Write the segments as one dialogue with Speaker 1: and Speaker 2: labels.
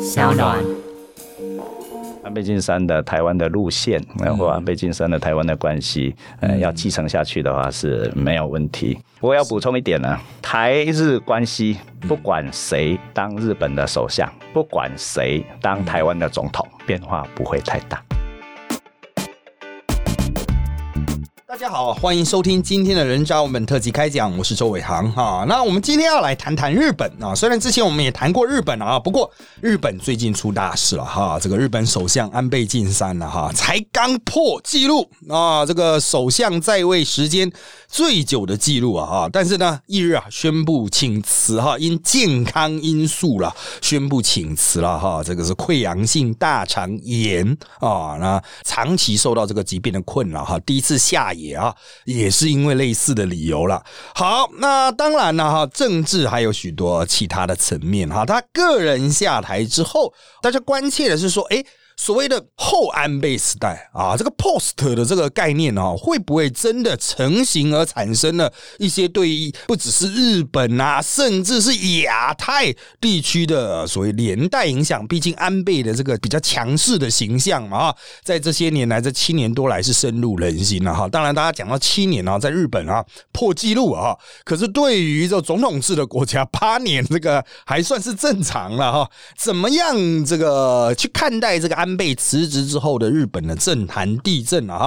Speaker 1: 小暖。
Speaker 2: 安倍晋三的台湾的路线，呃，或安倍晋三的台湾的关系，呃，要继承下去的话是没有问题。不过要补充一点呢，台日关系不管谁当日本的首相，不管谁当台湾的总统，变化不会太大。
Speaker 3: 大家好，欢迎收听今天的人渣文本特辑开讲，我是周伟航哈。那我们今天要来谈谈日本啊，虽然之前我们也谈过日本啊，不过日本最近出大事了哈。这个日本首相安倍晋三了哈，才刚破纪录啊，这个首相在位时间最久的纪录啊哈。但是呢，翌日啊宣布请辞哈，因健康因素啦，宣布请辞了哈。这个是溃疡性大肠炎啊，那长期受到这个疾病的困扰哈，第一次下野。也啊，也是因为类似的理由了。好，那当然了哈，政治还有许多其他的层面哈。他个人下台之后，大家关切的是说，哎、欸。所谓的后安倍时代啊，这个 post 的这个概念啊，会不会真的成型而产生了一些对不只是日本啊，甚至是亚太地区的呃所谓连带影响？毕竟安倍的这个比较强势的形象嘛，啊，在这些年来这七年多来是深入人心了哈。当然，大家讲到七年啊，在日本啊破纪录啊，可是对于这总统制的国家，八年这个还算是正常了哈。怎么样这个去看待这个？安倍辞职之后的日本的政坛地震了、啊、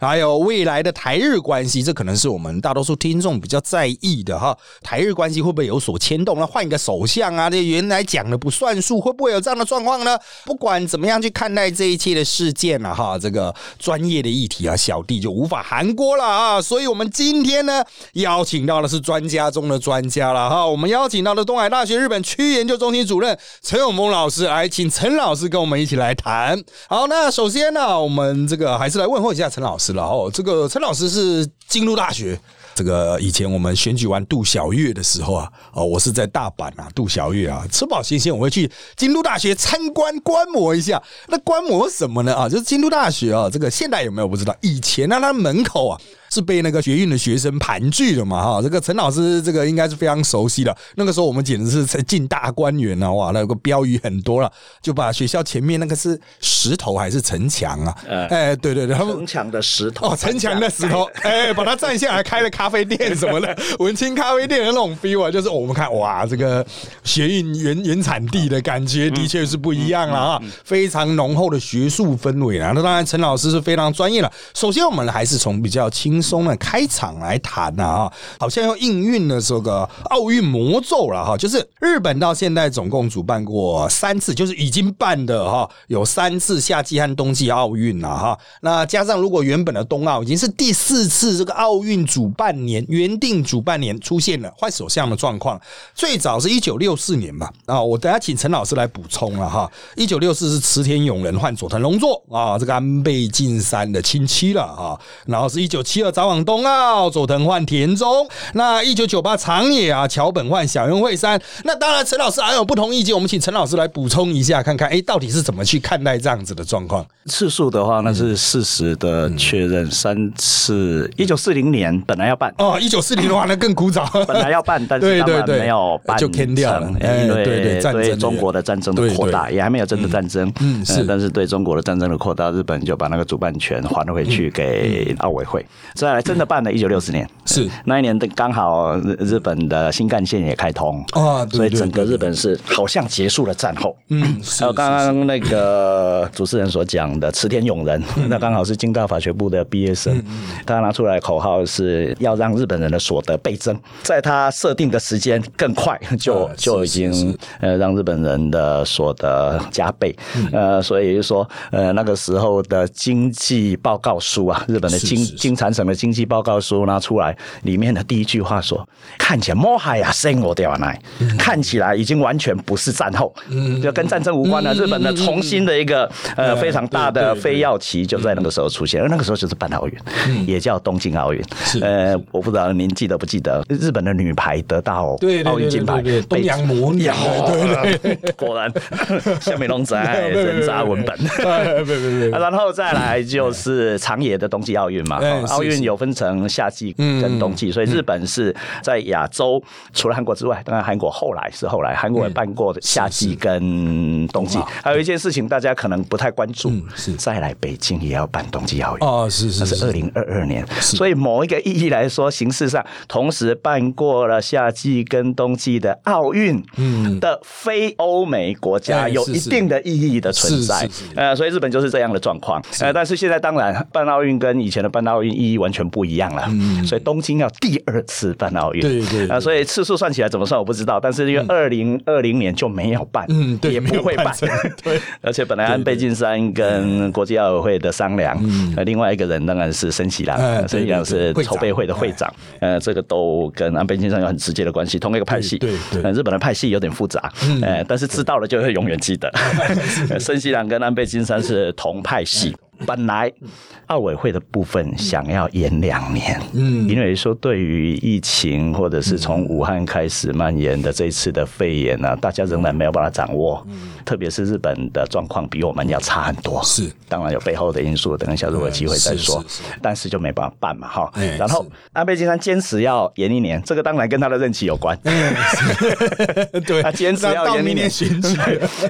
Speaker 3: 哈，还有未来的台日关系，这可能是我们大多数听众比较在意的哈。台日关系会不会有所牵动？那换一个首相啊，这原来讲的不算数，会不会有这样的状况呢？不管怎么样去看待这一切的事件了、啊、哈，这个专业的议题啊，小弟就无法含锅了啊。所以我们今天呢，邀请到的是专家中的专家了哈。我们邀请到的东海大学日本区研究中心主任陈永峰老师，来请陈老师跟我们一起来谈。好，那首先呢、啊，我们这个还是来问候一下陈老师了哦。这个陈老师是京都大学，这个以前我们选举完杜小月的时候啊，哦，我是在大阪啊，杜小月啊，吃饱新鲜我会去京都大学参观观摩一下。那观摩什么呢？啊，就是京都大学啊，这个现代有没有不知道？以前呢、啊，它门口啊。是被那个学运的学生盘踞的嘛哈，这个陈老师这个应该是非常熟悉的。那个时候我们简直是在进大观园啊，哇，那个标语很多了，就把学校前面那个是石头还是城墙啊？哎、欸，对对对，他们
Speaker 2: 呃城墙的石头
Speaker 3: 哦，城墙的石头，哎、欸，把它占下来，开了咖啡店什么的，文青咖啡店的那种 feel 啊，就是、哦、我们看哇，这个学运原原产地的感觉的确是不一样
Speaker 2: 嗯
Speaker 3: 了啊，非常浓厚的学术氛围啊。那当然，陈老师是非常专业了。首先，我们还是从比较轻。松的开场来谈呐啊，好像要应运了这个奥运魔咒了哈，就是日本到现在总共主办过三次，就是已经办的哈，有三次夏季和冬季奥运了哈。那加上如果原本的冬奥已经是第四次这个奥运主办年，原定主办年出现了换首相的状况，最早是一九六四年吧啊，我等下请陈老师来补充了哈。一九六四是池田勇人换佐藤荣作啊，这个安倍晋三的亲戚了啊，然后是一九七二。早往冬奥，佐藤换田中。那一九九八长野啊，桥本换小渊惠山。那当然，陈老师还有不同意见，我们请陈老师来补充一下，看看哎、欸，到底是怎么去看待这样子的状况？
Speaker 2: 次数的话，那是事实的确认，三次。一九四零年本来要办
Speaker 3: 哦，一九四零的话那更古早，
Speaker 2: 本来要办，但是
Speaker 3: 对对对
Speaker 2: 没有办
Speaker 3: 就偏掉了，哎
Speaker 2: 因为
Speaker 3: 对
Speaker 2: 对中国的战争的扩大也还没有真的战争，呃
Speaker 3: 嗯是，
Speaker 2: 但是对中国的战争的扩大，日本就把那个主办权还回去给奥委会。再来真的办了，一九六四年
Speaker 3: 嗯是
Speaker 2: 那一年的刚好日本的新干线也开通
Speaker 3: 啊，
Speaker 2: 所以整个日本是好像结束了战后。
Speaker 3: 嗯，
Speaker 2: 还有刚刚那个主持人所讲的池田勇人，那刚好是京大法学部的毕业生，他拿出来口号是要让日本人的所得倍增，在他设定的时间更快，就就已经呃让日本人的所得加倍。呃，所以说呃那个时候的经济报告书啊，日本的经经产省的。经济报告书拿出来，里面的第一句话说：“看起来莫海呀，生我掉来，看起来已经完全不是战后，就跟战争无关了。日本的重新的一个呃非常大的非药期就在那个时候出现，而那个时候就是办奥运，也叫东京奥运。呃，我不知道您记得不记得，日本的女排得到奥运金牌，
Speaker 3: 东洋魔女，
Speaker 2: 果然下面龙 仔 人渣文本。然后再来就是长野的冬季奥运嘛，奥运。”
Speaker 3: 事
Speaker 2: 运有分成夏季跟冬
Speaker 3: 嗯
Speaker 2: 季，所以日本是在亚洲除了韩国之外，当然韩国
Speaker 3: 嗯
Speaker 2: 后来是后来，韩国也办过夏季跟冬季
Speaker 3: 懂了。
Speaker 2: 还有一件事情大家可能不太关注
Speaker 3: 嗯是，
Speaker 2: 再来北京也要办冬季奥运。
Speaker 3: 哦，是是
Speaker 2: 那是二
Speaker 3: 是，
Speaker 2: 零二二年，所以某一个意义来说，形式上同时办过了夏季跟冬季的奥运的非欧美国
Speaker 3: 嗯哎
Speaker 2: 家，有
Speaker 3: 是
Speaker 2: 一
Speaker 3: 是
Speaker 2: 定的意义的存
Speaker 3: 是
Speaker 2: 在
Speaker 3: 是是。
Speaker 2: 呃，所以日本就是这样的状况。呃，但是现在当然办奥运跟以前的办奥运意义完全不一样了，所以东京要第二次办奥运。
Speaker 3: 嗯对对
Speaker 2: 啊，
Speaker 3: 对
Speaker 2: 所以次数算起来怎么算我不知道，但是因为二零二零年就没有办，
Speaker 3: 嗯对
Speaker 2: 也
Speaker 3: 没有
Speaker 2: 不会
Speaker 3: 办
Speaker 2: 办
Speaker 3: 成， 对，嗯
Speaker 2: 而且本来按贝晋三跟国际奥委会的商量，呃，另外一个人当然是申喜郎
Speaker 3: 哎，
Speaker 2: 呃申喜郎
Speaker 3: 对对
Speaker 2: 是
Speaker 3: 对哎
Speaker 2: 筹备会的会长，呃，这个都跟安倍晋三有很直接的关系，同一个派系，
Speaker 3: 对对对
Speaker 2: 呃日本的派系有点复杂，
Speaker 3: 嗯
Speaker 2: 呃，但是知道了就会永远记得， 申喜郎跟安倍晋三是同派系。
Speaker 3: 嗯
Speaker 2: 本来奥委会的部分想要延两年，嗯，因为说对于疫情或者是从武汉开始蔓延的这一次的肺炎呢、大家仍然没有办法掌握，
Speaker 3: 嗯
Speaker 2: 特别是日本的状况比我们要差很多，
Speaker 3: 是
Speaker 2: 当然有背后的因素，等一下如果有机会再说
Speaker 3: 嗯，是是
Speaker 2: 但是就没办法办嘛哈
Speaker 3: 哎。
Speaker 2: 然后
Speaker 3: 是
Speaker 2: 安倍晋三坚持要延一年，这个当然跟他的任期有
Speaker 3: 哎
Speaker 2: 关，
Speaker 3: 对，
Speaker 2: 他坚持
Speaker 3: 那
Speaker 2: 要
Speaker 3: 到
Speaker 2: 延
Speaker 3: 明
Speaker 2: 一
Speaker 3: 年
Speaker 2: 年
Speaker 3: 选 举，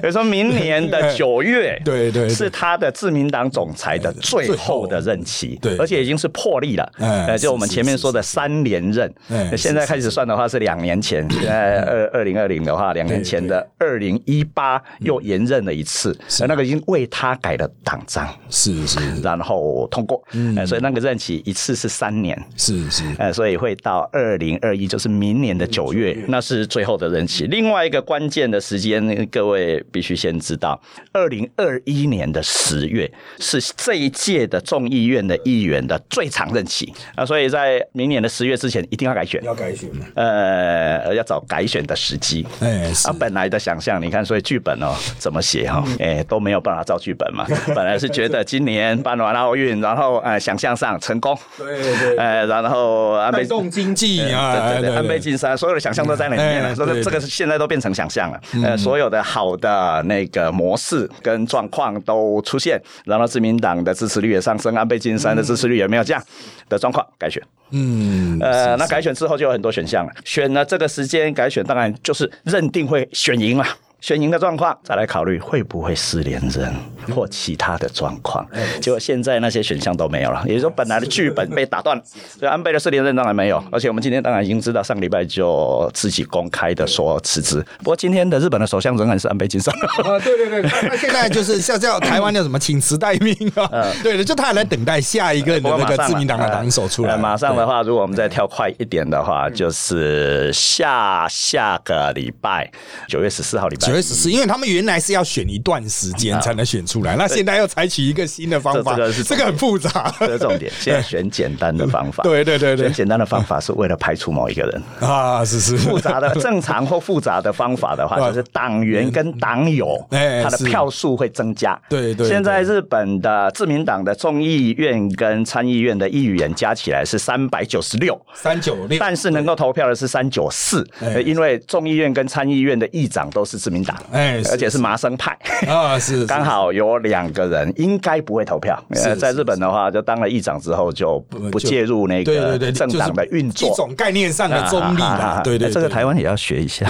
Speaker 2: 比如说明年的九月，
Speaker 3: 对对对
Speaker 2: 是他的自民党总裁的最后的任期，
Speaker 3: 对
Speaker 2: 而且已经是破例了，
Speaker 3: 哎
Speaker 2: 呃，就我们
Speaker 3: 是
Speaker 2: 前面说的三连任
Speaker 3: 哎，
Speaker 2: 呃现在开始算的话是两年前，现在二二零二零的话，两年前的二零一
Speaker 3: 嗯
Speaker 2: 八又延任了一次，而那个已经为他改了党章，
Speaker 3: 是是
Speaker 2: 然后通过，
Speaker 3: 嗯
Speaker 2: 呃所以那个任期一次是三年，
Speaker 3: 是是，
Speaker 2: 呃，所以会到二零二一，就是明年的九月，那是最后的任期。另外一个关键的时间，各位必须先知道，二零二一年的十月是这一届的众议院的议员的最长任期啊、呃所以在明年的十月之前一定要改选，
Speaker 3: 要改选嘛？
Speaker 2: 呃，要找改选的时机。
Speaker 3: 哎，是
Speaker 2: 啊，本来的想象，你看，所以剧本哦怎么写哈、哦，哎、都没有办法照剧本 嘛。本来是觉得今年办完奥运，然后呃想象上成功，
Speaker 3: 对对
Speaker 2: 呃，然后安倍
Speaker 3: 带动经济啊，
Speaker 2: 对对对，安倍
Speaker 3: 对
Speaker 2: 晋三所有的想象都在那里面啊
Speaker 3: 哎
Speaker 2: 了，所
Speaker 3: 对嗯
Speaker 2: 以这个是现在都变成想象了。呃，所有的好的那个模式跟状况都出现，然后自民党的支持率也上升，安倍晋三的支持率也没有降的状况，改选。
Speaker 3: 嗯，
Speaker 2: 呃，那改选之后就有很多选项了，选了这个时间改选，当然就是认定会选赢了。选赢的状况，再来考虑会不会失联人或其他的状况。结果现在那些选项都没有了，也就是说本来的剧本被打断了。所以安倍的失联人当然没有，而且我们今天当然已经知道，上礼拜就自己公开的说辞职。不过今天的日本的首相仍然是安倍晋三。
Speaker 3: 啊，对对对，那那现在就是像这样，台湾叫什么“请辞待命”啊，对的，就他还在等待下一个
Speaker 2: 嗯不
Speaker 3: 的
Speaker 2: 过
Speaker 3: 那
Speaker 2: 马
Speaker 3: 个
Speaker 2: 上啊
Speaker 3: 自民党的党首出来，
Speaker 2: 呃马上
Speaker 3: 对嗯
Speaker 2: 的话，如果我们再跳快一点的话，就是下下个礼拜九月十四号礼拜
Speaker 3: 九月十四，因为他们原来是要选一段时间才能选出来，那现在要采取一个新的方法
Speaker 2: 这这个，是
Speaker 3: 这个很复杂。
Speaker 2: 这是重 点。现在选简单的方法，
Speaker 3: 对对对对
Speaker 2: 选简单的方法是为了排除某一 个人。
Speaker 3: 啊，是是，
Speaker 2: 复杂的正常或复杂的方法的话，
Speaker 3: 啊
Speaker 2: 就是党员跟党友，
Speaker 3: 哎
Speaker 2: 他的
Speaker 3: 是
Speaker 2: 票数会增加。
Speaker 3: 对对
Speaker 2: 现在日本的自民党的众议院跟参议院的议员加起来是三百九十六。
Speaker 3: 三九六，
Speaker 2: 但是能够投票的是三九四，呃因为众议院跟参议院的议长都是自民党，呃
Speaker 3: 哎是
Speaker 2: 而且是麻生 派，
Speaker 3: 啊是是
Speaker 2: 刚好有两个人应该不会投票。呃，
Speaker 3: 是
Speaker 2: 在日本的话，就当了议长之后就不
Speaker 3: 呃就
Speaker 2: 不介入那
Speaker 3: 对对
Speaker 2: 个
Speaker 3: 对，
Speaker 2: 政
Speaker 3: 就是
Speaker 2: 党的运
Speaker 3: 一
Speaker 2: 作。
Speaker 3: 种概念上的中立
Speaker 2: 啊啊啊
Speaker 3: 吧
Speaker 2: 啊，
Speaker 3: 对对，
Speaker 2: 哎这个
Speaker 3: 对
Speaker 2: 台湾也要学一 下。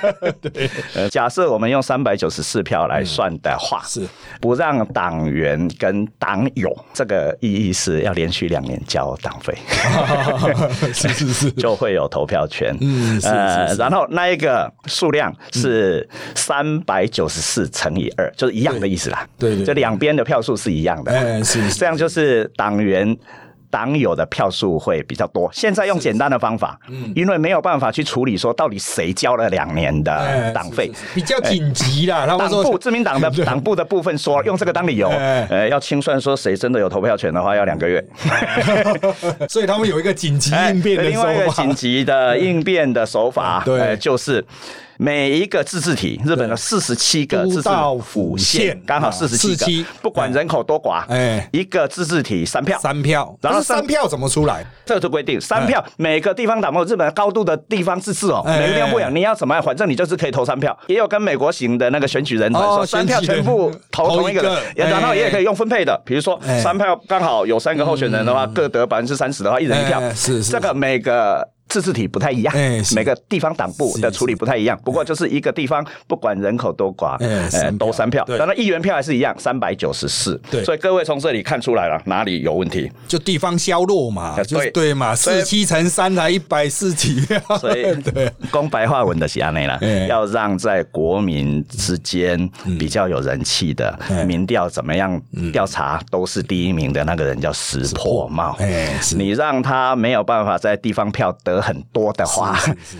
Speaker 2: 对，假设我们用三百九十四票来算的话，
Speaker 3: 嗯是
Speaker 2: 不让党员跟党友，这个意义是要连续两年交党费。
Speaker 3: 是是 是，
Speaker 2: 就会有投票权。
Speaker 3: 嗯是是
Speaker 2: 呃
Speaker 3: 是，嗯
Speaker 2: 然后那一个数量是三百九十四乘以二，就是一样的意思啦。
Speaker 3: 对对对
Speaker 2: 就两边的票数是一样的。
Speaker 3: 哎是是
Speaker 2: 这样就是党员。党友的票数会比较多。现在用简单的方法，
Speaker 3: 嗯
Speaker 2: 因为没有办法去处理说到底谁交了两年
Speaker 3: 哎
Speaker 2: 的党费哎
Speaker 3: 是，是是比较紧急啦，他们
Speaker 2: 党
Speaker 3: 说
Speaker 2: 部自民党的党部的部分说，用这个当理由，
Speaker 3: 哎
Speaker 2: 呃，要清算说谁真的有投票权的话，要两个月。
Speaker 3: 所以他们有一个紧急
Speaker 2: 哎
Speaker 3: 应变的
Speaker 2: 另外一
Speaker 3: 手
Speaker 2: 个
Speaker 3: 法嗯
Speaker 2: 紧。急的应变的手法，哎
Speaker 3: 对
Speaker 2: 呃就是每一个自治体，日本的四十七个自治
Speaker 3: 都道府县
Speaker 2: 县，刚好
Speaker 3: 啊
Speaker 2: 四十七
Speaker 3: 47
Speaker 2: 个，不管人口多寡，
Speaker 3: 哎
Speaker 2: 一个自治体三票，
Speaker 3: 三票，
Speaker 2: 然后
Speaker 3: 可是三
Speaker 2: 三
Speaker 3: 票怎么出来？
Speaker 2: 这就规定三票，每个地方党有日本高度的地方自治哦，
Speaker 3: 哎
Speaker 2: 每个地方不一样，你要怎么样，反正你就是可以投三票。也有跟美国型的那个选举人团
Speaker 3: 哦
Speaker 2: 说，三票
Speaker 3: 选举人
Speaker 2: 全部投
Speaker 3: 投
Speaker 2: 同一个人
Speaker 3: 一个，
Speaker 2: 也然后
Speaker 3: 哎
Speaker 2: 也可以用分配的，比如说
Speaker 3: 哎嗯
Speaker 2: 三票刚好有三个候选人的话，各得百分之三十的话，一人一票
Speaker 3: 哎。是是
Speaker 2: 这个每个。自治体不太一样
Speaker 3: 哎是，
Speaker 2: 每个地方党部
Speaker 3: 是
Speaker 2: 的处理不太一样。不过就是一个地方，不管人口多寡，
Speaker 3: 哎
Speaker 2: 呃
Speaker 3: 三，票
Speaker 2: 都三票。
Speaker 3: 对
Speaker 2: 当然议员票还是一样，三百九十四
Speaker 3: 对。
Speaker 2: 所以各位从这里看出来了哪里有问题。
Speaker 3: 就地方削弱嘛，
Speaker 2: 啊
Speaker 3: 就是
Speaker 2: 对
Speaker 3: 对嘛，
Speaker 2: 所以
Speaker 3: 四七乘三才一百四几票，
Speaker 2: 所以
Speaker 3: 对，
Speaker 2: 公白话文的是安内 啦
Speaker 3: 嗯，
Speaker 2: 要让在国民之间比较有人气的
Speaker 3: 嗯
Speaker 2: 民调怎么样调查都是第一名的那个人叫石破茂
Speaker 3: 哎是。
Speaker 2: 你让他没有办法在地方票得很多的话，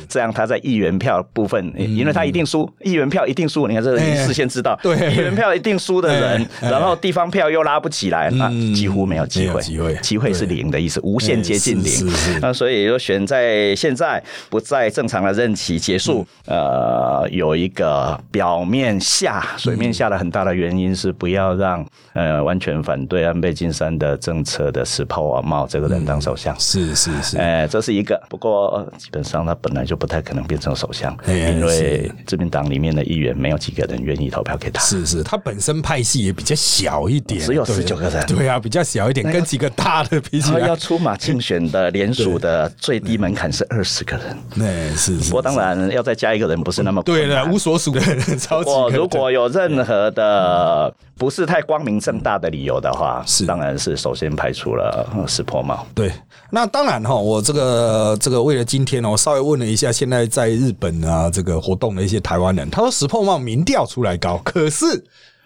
Speaker 2: 这样他在议员票部分，
Speaker 3: 嗯
Speaker 2: 因为他一定输，议员票一定输。你看这个
Speaker 3: 哎
Speaker 2: 你事先知道，
Speaker 3: 对
Speaker 2: 议员票一定输的人，
Speaker 3: 哎
Speaker 2: 然后地方票又拉不起来，那
Speaker 3: 嗯
Speaker 2: 几乎没有机
Speaker 3: 没有
Speaker 2: 会，
Speaker 3: 机会
Speaker 2: 机会是零的意思，无
Speaker 3: 哎
Speaker 2: 限接近
Speaker 3: 是
Speaker 2: 零
Speaker 3: 是 是。
Speaker 2: 那所以说选在现在不在正常的任期结束，
Speaker 3: 嗯
Speaker 2: 呃，有一个表面下水面下的很大的原因是不要让呃完全反对安倍晋三的政策的石破茂这个人当首相。
Speaker 3: 嗯是是是，
Speaker 2: 哎，这是一个。不过呃基本上他本来就不太可能变成首相，
Speaker 3: 哎
Speaker 2: 因为
Speaker 3: 是
Speaker 2: 自民党里面的议员没有几个人愿意投票给他。
Speaker 3: 是啊是，他本身派系也比较小一点，
Speaker 2: 只有
Speaker 3: 对
Speaker 2: 19个人
Speaker 3: 对啊，比较小一点，跟几个大的比起
Speaker 2: 他要
Speaker 3: 来，
Speaker 2: 出马竞选的联署的最低门槛是二十个人，
Speaker 3: 那哎是
Speaker 2: 不，
Speaker 3: 是
Speaker 2: 过当然要再加一个人不是那么
Speaker 3: 对
Speaker 2: 困难
Speaker 3: 了，无所属的人超级
Speaker 2: 我
Speaker 3: 可
Speaker 2: 如果有任何的不是太光明正大的理由的话，
Speaker 3: 是
Speaker 2: 当然是首先排除了呃石破茂。
Speaker 3: 对，那当然哈，我这个这个为了今天哦，我稍微问了一下现在在日本啊这个活动的一些台湾人，他说石破茂民调出来高，可是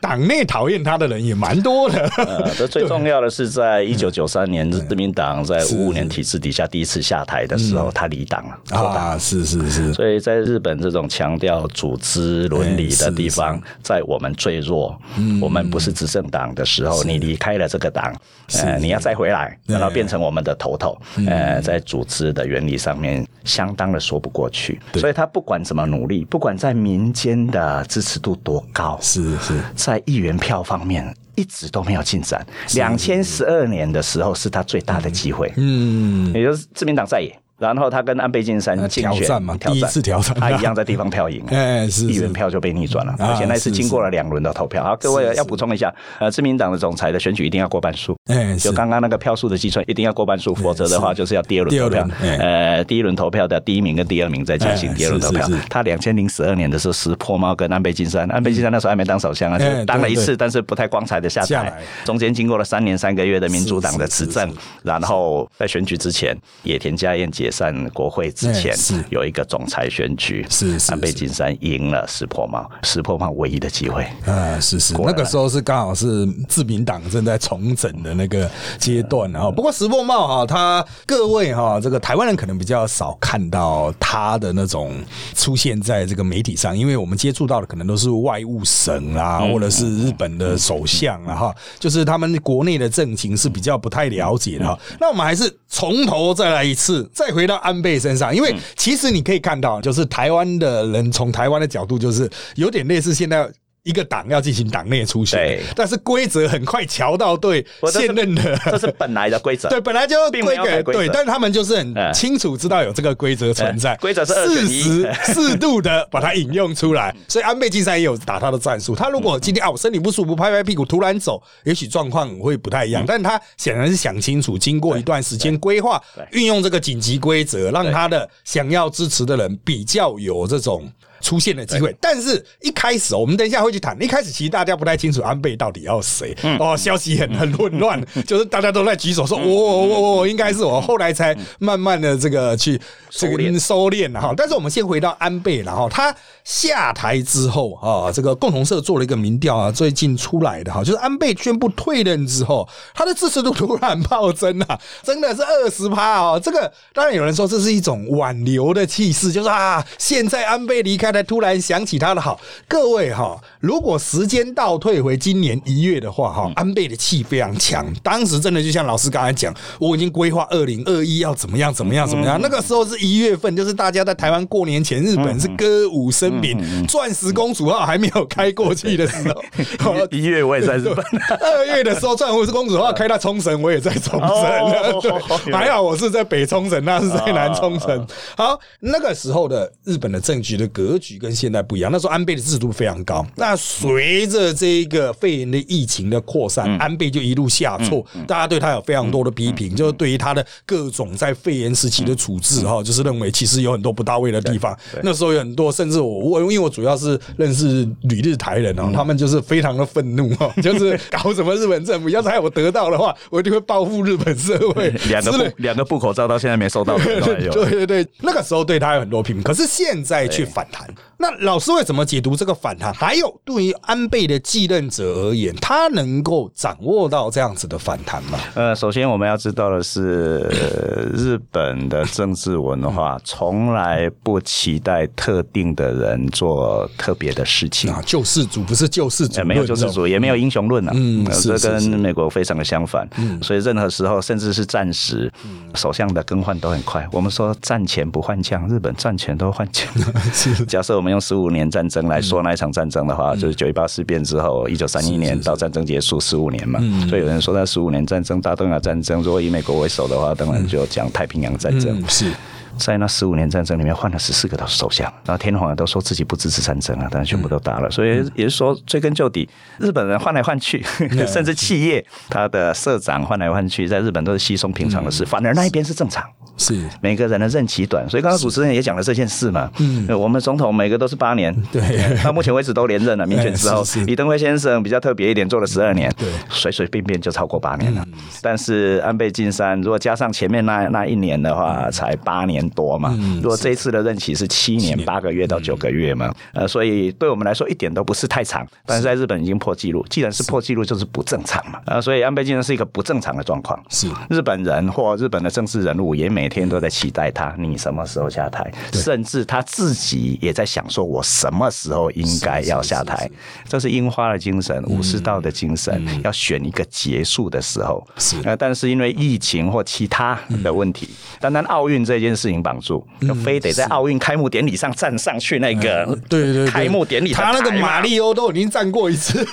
Speaker 3: 党内讨厌他的人也蛮多的。
Speaker 2: 呃，这最重要的是，在一九九三
Speaker 3: 嗯
Speaker 2: 年，自民党在五五年体制底下第一次下台的
Speaker 3: 嗯
Speaker 2: 时候，他离党了。
Speaker 3: 啊，是是是，
Speaker 2: 所以在日本这种强调组织伦理的地方，在我们最弱，我们不是执政党的时候，你离开了这个党，呃，你要再回来，然后变成我们的头头，呃，在组织的原理上面相当的说不过去。所以他不管怎么努力，不管在民间的支持度多高，
Speaker 3: 是是，
Speaker 2: 在议员票方面。一直都没有进展。两千十二年的时候是他最大的机会，
Speaker 3: 嗯，
Speaker 2: 也就是自民党在野，然后他跟安倍晋三
Speaker 3: 呃
Speaker 2: 竞选
Speaker 3: 挑战嘛第一次挑战，
Speaker 2: 他一样在地方票赢啊
Speaker 3: 哎是是
Speaker 2: 议员票就被逆转了，
Speaker 3: 啊
Speaker 2: 而且那次经过了两轮的投票。好，各位
Speaker 3: 是是
Speaker 2: 要补充一下，呃，自民党的总裁的选举一定要过半数。
Speaker 3: 哎是
Speaker 2: 就刚刚那个票数的计算，一定要过半数，否则的话就是要第二轮投票
Speaker 3: 第二轮。
Speaker 2: 呃，第一轮投票的第一名跟第二名再进
Speaker 3: 哎
Speaker 2: 行第二轮投票
Speaker 3: 是是是。
Speaker 2: 他两千零十二年的时候，石破茂跟安倍晋三，安倍晋三那时候还没当首相啊，就
Speaker 3: 哎
Speaker 2: 当了一
Speaker 3: 对
Speaker 2: 次，但是不太光彩的下
Speaker 3: 下
Speaker 2: 台
Speaker 3: 来。
Speaker 2: 中间经过了三年三个月的民主党的
Speaker 3: 是是
Speaker 2: 执政
Speaker 3: 是，
Speaker 2: 然后在选举之前，野田佳彦解散国会之前
Speaker 3: 哎是，
Speaker 2: 有一个总裁选举，
Speaker 3: 是是
Speaker 2: 安倍
Speaker 3: 是
Speaker 2: 晋三赢了石破茂，石破茂唯一的机会。
Speaker 3: 啊，是是，那个时候是刚好是自民党正在重整的那个阶段啊。不过石破茂哈，他各位哈，这个台湾人可能比较少看到他的那种出现在这个媒体上，因为我们接触到的可能都是外务省啦，或者是日本的首相啦哈，就是他们国内的政情是比较不太了解的哈。那我们还是从头再来一次，再回到安倍身上，因为其实你可以看到，就是台湾的人从台湾的角度，就是有点类似现在。一个党要进行党内初选
Speaker 2: 对，
Speaker 3: 但是规则很快瞧到对
Speaker 2: 我这是
Speaker 3: 现任的。
Speaker 2: 这是本来的规则。
Speaker 3: 对，本来就
Speaker 2: 并没有改规则
Speaker 3: 对，但是他们就是很
Speaker 2: 嗯
Speaker 3: 清楚知道有这个规则存在，
Speaker 2: 嗯规则是二选
Speaker 3: 适
Speaker 2: 一
Speaker 3: 时 适度的把它引用出来。所以安倍晋三也有打他的战术，他如果今天啊我身体不舒服，拍拍屁股突然走，也许状况会不太一样，但他显然是想清楚，经过一段时间规划，运用这个紧急规则，让他的想要支持的人比较有这种。出现的机会，但是一开始哦我们等一下会去谈。一开始其实大家不太清楚安倍到底要谁、哦，消息很很混乱，就是大家都在举手说“哦我我我我应该是我”，后来才慢慢的这个去这
Speaker 2: 收
Speaker 3: 个
Speaker 2: 敛
Speaker 3: 嗯收敛啊了哈。但是我们先回到安倍了哈，他下台之后啊，这个共同社做了一个民调啊，最近出来的哈，就是安倍宣布退任之后，他的支持度突然暴增啊，真的是二十啊趴哦。这个当然有人说这是一种挽留的气势，就是啊，现在安倍离开。太太突然想起他的好。各位哈、如果时间倒退回今年一月的话哈、
Speaker 2: 嗯
Speaker 3: 安倍的气非常强，当时真的就像老师刚才讲，我已经规划二零二一要怎么样怎么样怎么
Speaker 2: 嗯
Speaker 3: 样。那个时候是一月份，就是大家在台湾过年前，日
Speaker 2: 嗯
Speaker 3: 本是歌舞升平，钻石公主号还没有开过去的时候，哦
Speaker 2: 一月我也在日本，
Speaker 3: 二月的时候，钻石公主号开到冲绳，我也在冲绳。
Speaker 2: 哦
Speaker 3: 对，还好我是在北冲绳，那是在南冲绳。好，那个时候的日本的政局的格局跟现在不一样。那时候安倍的制度非常高，那随着这个肺炎的疫情的扩散，
Speaker 2: 嗯
Speaker 3: 安倍就一路下挫，大家对他有非常多的批评，就是对于他的各种在肺炎时期的处
Speaker 2: 嗯
Speaker 3: 置哈，就是认为其实有很多不到位的地方。那时候有很多，甚至我我因为我主要是认识旅日台人
Speaker 2: 嗯
Speaker 3: 哦，他们就是非常的愤怒 哦，就是搞什么日本政府，要是还有我得到的话，我一定会报复日本社会
Speaker 2: 两个
Speaker 3: 之类
Speaker 2: 布两个布口罩到现在没收 到，都还有
Speaker 3: 对对对，那个时候对他有很多批评，可是现在却反
Speaker 2: 哎
Speaker 3: 弹。那老师会怎么解读这个反弹？还有对于安倍的继任者而言，他能够掌握到这样子的反弹吗？
Speaker 2: 呃，首先我们要知道的是，呃日本的政治文化从来不期待特定的人做特别的事情。
Speaker 3: 啊，救世主不是救世主
Speaker 2: 也
Speaker 3: 论，
Speaker 2: 哎没有救世主，也没有英雄论啊，
Speaker 3: 嗯
Speaker 2: 呃这
Speaker 3: 是是是嗯
Speaker 2: 跟美国非常的相反。所以任何时候，甚至是战时，首相的更换都很快。我们说战前不换将，日本战前都换将。
Speaker 3: 是
Speaker 2: 假设我们用十五年战争来说那一场战争的话，就是九一八事变之后，一九三一年到战争结束十五年嘛。所以有人说那十五年战争、大东亚战争，如果以美国为首的话，当然就讲太平洋战争。
Speaker 3: 嗯是
Speaker 2: 在那十五年战争里面换了十四个首相，然后天皇也啊都说自己不支持战争啊，但是全部都打了。所以也就是说，追根究底，日本人换来换去，甚至企业他的社长换来换去，在日本都是稀松平常的事，反而那一边是正常。
Speaker 3: 是，
Speaker 2: 每个人的任期短，所以刚刚主持人也讲了这件事嘛。嗯，我们总统每个都是八年，
Speaker 3: 对
Speaker 2: 到目前为止都连任了，民选之后
Speaker 3: 是是，
Speaker 2: 李登辉先生比较特别一点，做了十二年，
Speaker 3: 对
Speaker 2: 随随便便就超过八年了。但是安倍晋三如果加上前面那那一年的话，才八年多嘛。如果这一次的任期嗯是七年八个月到九个月嘛，呃，所以对我们来说一点都不是太长，但是在日本已经破纪录，既然是破纪录，就是不正常嘛。呃，所以安倍晋三是一个不正常的状况。
Speaker 3: 是
Speaker 2: 日本人或日本的政治人物也每天都在期待他，你什么时候下台？甚至他自己也在想说，我什么时候应该要下台？这是樱花的精神，
Speaker 3: 嗯
Speaker 2: 武士道的精神，要选一个结束的时候。
Speaker 3: 是嗯
Speaker 2: 呃，但是因为疫情或其他的问题，单单奥运这件事情绑住，就非得在奥运开幕典礼上站上去那个
Speaker 3: 嗯对对对，
Speaker 2: 呃开幕典礼的
Speaker 3: 他那个
Speaker 2: 台嘛
Speaker 3: 马里欧都已经站过 一次，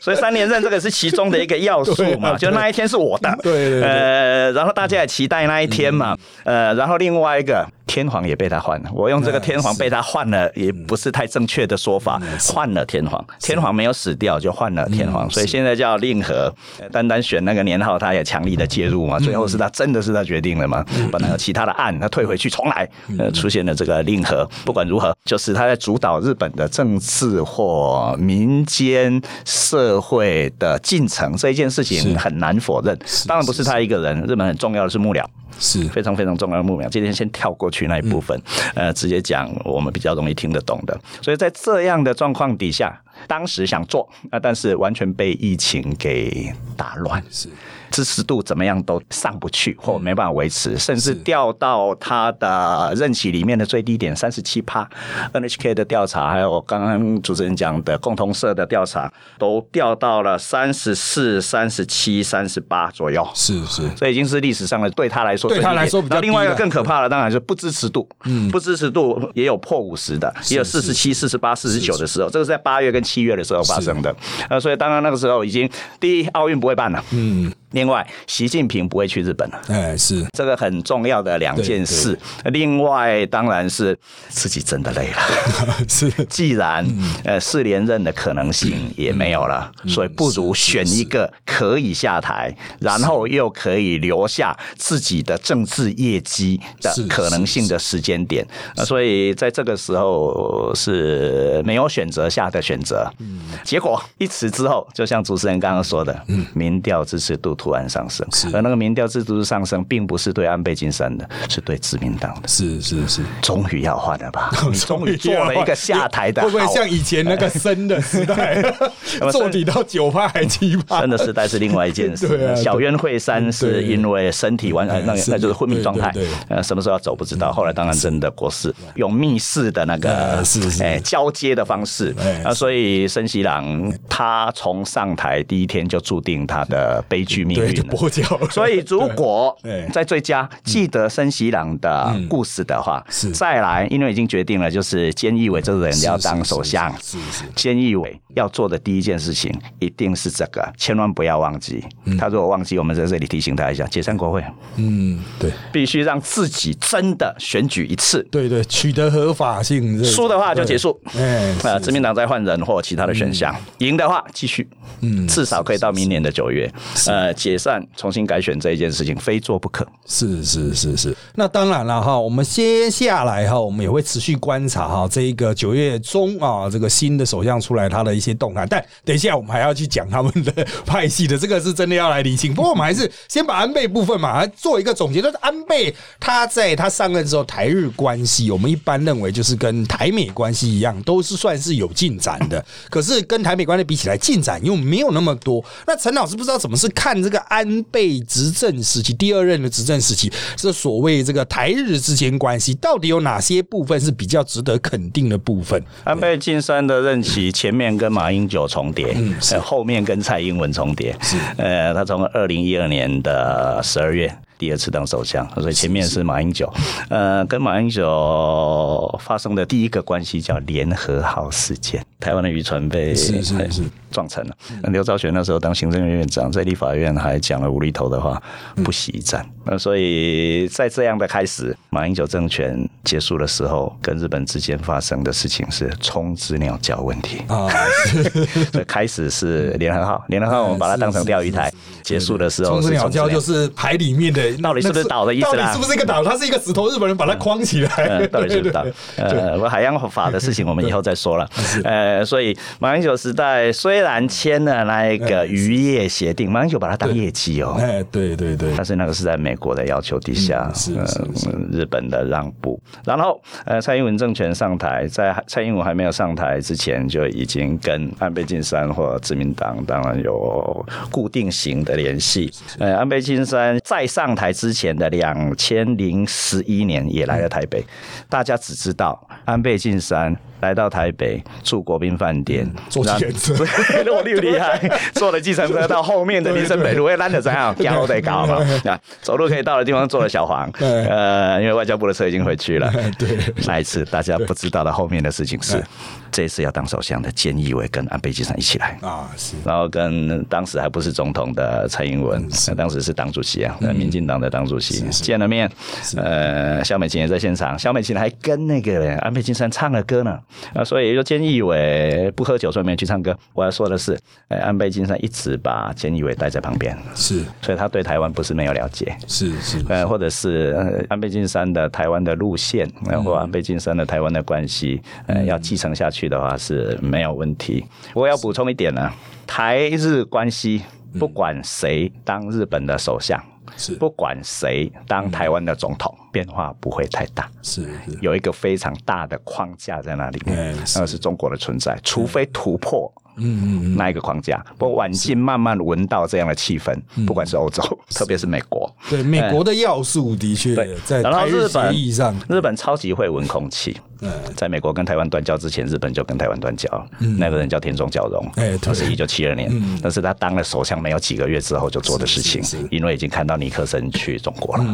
Speaker 2: 所以三连任这个是其中的一个要素
Speaker 3: 对
Speaker 2: 嘛，
Speaker 3: 啊
Speaker 2: 就那一天是我的，
Speaker 3: 对对嗯对
Speaker 2: 呃，然后大家也期待那一天嘛，呃，然后另外一个天皇也被他换了，我用
Speaker 3: 哎
Speaker 2: 这个天皇被他换了，也不是太正确的说法，换了天皇，天皇没有死掉就换了天皇，所以现在叫令和，呃单单选那个年号，他也强力的介入嘛，最后是他真的是他决定了嘛，本来有其他的案，他退回去重来，呃，出现了这个令和，不管如何，就是他在主导日本的政治或民间社会的进程这一件事情很难否认，当然不是他一个人，日本很重要的是幕僚。
Speaker 3: 是
Speaker 2: 非常非常重要的幕僚。今天先跳过去那一部分，呃，直接讲我们比较容易听得懂的。所以在这样的状况底下，当时想做，那、但是完全被疫情给打乱，是支持度怎么样都上不去，或没办法维持，甚至掉到他的任期里面的最低点三十七趴。NHK 的调查，还有刚刚主持人讲的共同社的调查，都掉到了三十四、三十七、三十八左右。
Speaker 3: 是是，
Speaker 2: 这已经是历史上的对他来说最
Speaker 3: 对
Speaker 2: 低点，
Speaker 3: 他来说比较
Speaker 2: 那另外一
Speaker 3: 低嗯
Speaker 2: 个
Speaker 3: 的
Speaker 2: 更可怕的当然是不支持度，不支持度也有破五十的，也有四十七、四十八、四十九的时候，这个是在八月跟七月的时候发生的。呃，所以当然那个时候已经第一，奥运不会办了，嗯，另外习近平不会去日本了。
Speaker 3: 哎是
Speaker 2: 这个很重要的两件事，另外当然是自己真的累了。
Speaker 3: 是
Speaker 2: 既然
Speaker 3: 嗯
Speaker 2: 呃四连任的可能性也没有了，所以不如选一个可以下
Speaker 3: 嗯
Speaker 2: 台，然后又可以留下自己的政治业绩的
Speaker 3: 是
Speaker 2: 可能性的时间点。呃所以在这个时候是没有选择下
Speaker 3: 嗯
Speaker 2: 的选择。结果一辞之后，就像主持人刚刚说的，民调支持度突然上升
Speaker 3: 嗯是，
Speaker 2: 而那个民调制度的上升，并不是对安倍晋三的，是对自民党的。
Speaker 3: 是是是，
Speaker 2: 终于要换了 吧？你终于做了一个下台的好，啊
Speaker 3: 会不会像以前那个生的时 代，做底到九趴还七趴？
Speaker 2: 真的时代是另外一件
Speaker 3: 对啊
Speaker 2: 事。
Speaker 3: 对
Speaker 2: 小渊惠三是因为身体完，呃那个
Speaker 3: 身体
Speaker 2: 那就是昏迷状态
Speaker 3: 对对对，嗯
Speaker 2: 呃，什么时候要走不知道。后来当然真的过世，用密室的那个
Speaker 3: 呃是是
Speaker 2: 哎交接的方式
Speaker 3: 哎
Speaker 2: 啊，所以森喜朗他从上台第一天就注定他的悲剧命
Speaker 3: 对，就
Speaker 2: 运了。
Speaker 3: 跛脚 了。
Speaker 2: 所以，如果
Speaker 3: 对哎嗯
Speaker 2: 在最佳记得森喜朗的故事的话，
Speaker 3: 是
Speaker 2: 再来，因为已经决定了，就是菅义伟这个人要当首相，
Speaker 3: 是是是
Speaker 2: 菅义伟要做的第一件事情一定是这个，千万不要忘记。他如果忘记，我们在这里提醒他一下：解散国会，
Speaker 3: 嗯，对
Speaker 2: 必须让自己真的选举一次，
Speaker 3: 对对，取得合法性，这
Speaker 2: 输的话就结束。
Speaker 3: 对哎，
Speaker 2: 呃，自民党再换人或其他的选项，赢的话继续，嗯，至少可以到明年的九月，呃，解散重新改选这一件事情非做不可。
Speaker 3: 是是是是，那当然了哈，我们接下来哈，我们也会持续观察哈，这一个九月中啊，这个新的首相出来他的一些动态，但等一下我们还要去讲他们的派系的，这个是真的要来理清。不 过我们还是先把安倍部分嘛，做一个总结，就是安倍他在他上任之后，台日关系我们一般认为就是跟台美关系一样，都是算是有进展 的，可是跟台美关系比起来，进展又没有那么多。那陈老师不知道怎么是看这个安倍执政时期第二任的执政时期，这所谓这个台日之间关系到底有哪些部分是比较值得肯定的部分？
Speaker 2: 安倍晋三的任期前面跟马英九重叠，
Speaker 3: 是
Speaker 2: 呃后面跟蔡英文重叠。呃，他从二零一二年的十二月。第二次当首相，所以前面是马英九，呃，跟马英九发生的第一个关系叫联合号事件，台湾的渔船被
Speaker 3: 是是
Speaker 2: 哎
Speaker 3: 是
Speaker 2: 撞沉了。刘兆玄那时候当行政院院长，在立法院还讲了无厘头的话，不惜一战。那、所以在这样的开始，马英九政权结束的时候，跟日本之间发生的事情是冲之鸟礁问题。
Speaker 3: 啊，
Speaker 2: 哦所以开始是联合号，联合 号我们把它当成钓鱼台，结束的时候
Speaker 3: 冲
Speaker 2: 是
Speaker 3: 之鸟
Speaker 2: 冲之
Speaker 3: 礁就是海里面的，
Speaker 2: 啊到底是不是岛的意思
Speaker 3: 到
Speaker 2: 啦
Speaker 3: 底是不是一个岛？它是一个石头，日本人把它框起来
Speaker 2: 嗯，，到底知不知道
Speaker 3: 对？
Speaker 2: 呃，我海洋法的事情我们以后再说了。呃，所以马英九时代虽然签了那一个渔业协定，马英九把它当业绩哦
Speaker 3: 哎对， 哎，对对对，
Speaker 2: 但是 那个是在美国的要求底下，
Speaker 3: 嗯是是
Speaker 2: 呃、日本的让步。然后，呃，蔡英文政权上台，在蔡英文还没有上台之前，就已经跟安倍晋三或自民党当然有固定型的联系。呃，安倍晋三在上台之前的两千零十一年也来了台北，
Speaker 3: 嗯
Speaker 2: 大家只知道安倍晋三。来到台北住国宾饭店，
Speaker 3: 坐
Speaker 2: 然
Speaker 3: 计程车
Speaker 2: 对我厉不厉害？坐了计程车到后面的林森北路，哎，懒得怎样，加都得搞嘛。啊，走路可以到的地方坐了小黄，
Speaker 3: 对
Speaker 2: 呃，因为外交部的车已经回去了。
Speaker 3: 对，
Speaker 2: 那一次大家不知道的后面的事情是，这一次要当首相的菅义伟跟安倍晋三一起来。
Speaker 3: 啊是。
Speaker 2: 然后跟当时还不是总统的蔡英文，呃当时是党主席啊，呃民进党的党主席见了面，呃，萧美琴也在现场，萧美琴还跟那个安倍晋三唱了歌呢，啊，所以就菅义伟不喝酒，所以没有去唱歌。我要说的是，呃，安倍晋三一直把菅义伟带在旁边，
Speaker 3: 是
Speaker 2: 所以他对台湾不是没有了解。
Speaker 3: 是是，
Speaker 2: 呃，或者是呃安倍晋三的台湾的路线，呃、或安倍晋三的台湾的关系，呃，要继承下去的话是没有问题。我要补充一点呢、台日关系，不管谁当日本的首相，
Speaker 3: 是
Speaker 2: 不管谁当台湾的总统，变化不会太大。
Speaker 3: 是是
Speaker 2: 有一个非常大的框架在那里面
Speaker 3: 哎，是
Speaker 2: 那是中国的存在，除非突破。嗯嗯，那一个框架，不过晚近慢慢闻到这样的气氛，不管是欧洲，特嗯别是美国，
Speaker 3: 对美国的要素的确
Speaker 2: 哎对，
Speaker 3: 在
Speaker 2: 然后
Speaker 3: 台日
Speaker 2: 日
Speaker 3: 协
Speaker 2: 本
Speaker 3: 议上，嗯
Speaker 2: 日本超级会闻空气。在美国跟台湾断交之前，日本就跟台湾断交。那个人叫田中角荣
Speaker 3: 嗯哎，对嗯
Speaker 2: 他是一九七二年，但是他当了首相没有几个月之后就做的事情
Speaker 3: 是是是，嗯
Speaker 2: 因为已经看到尼克森去中国了，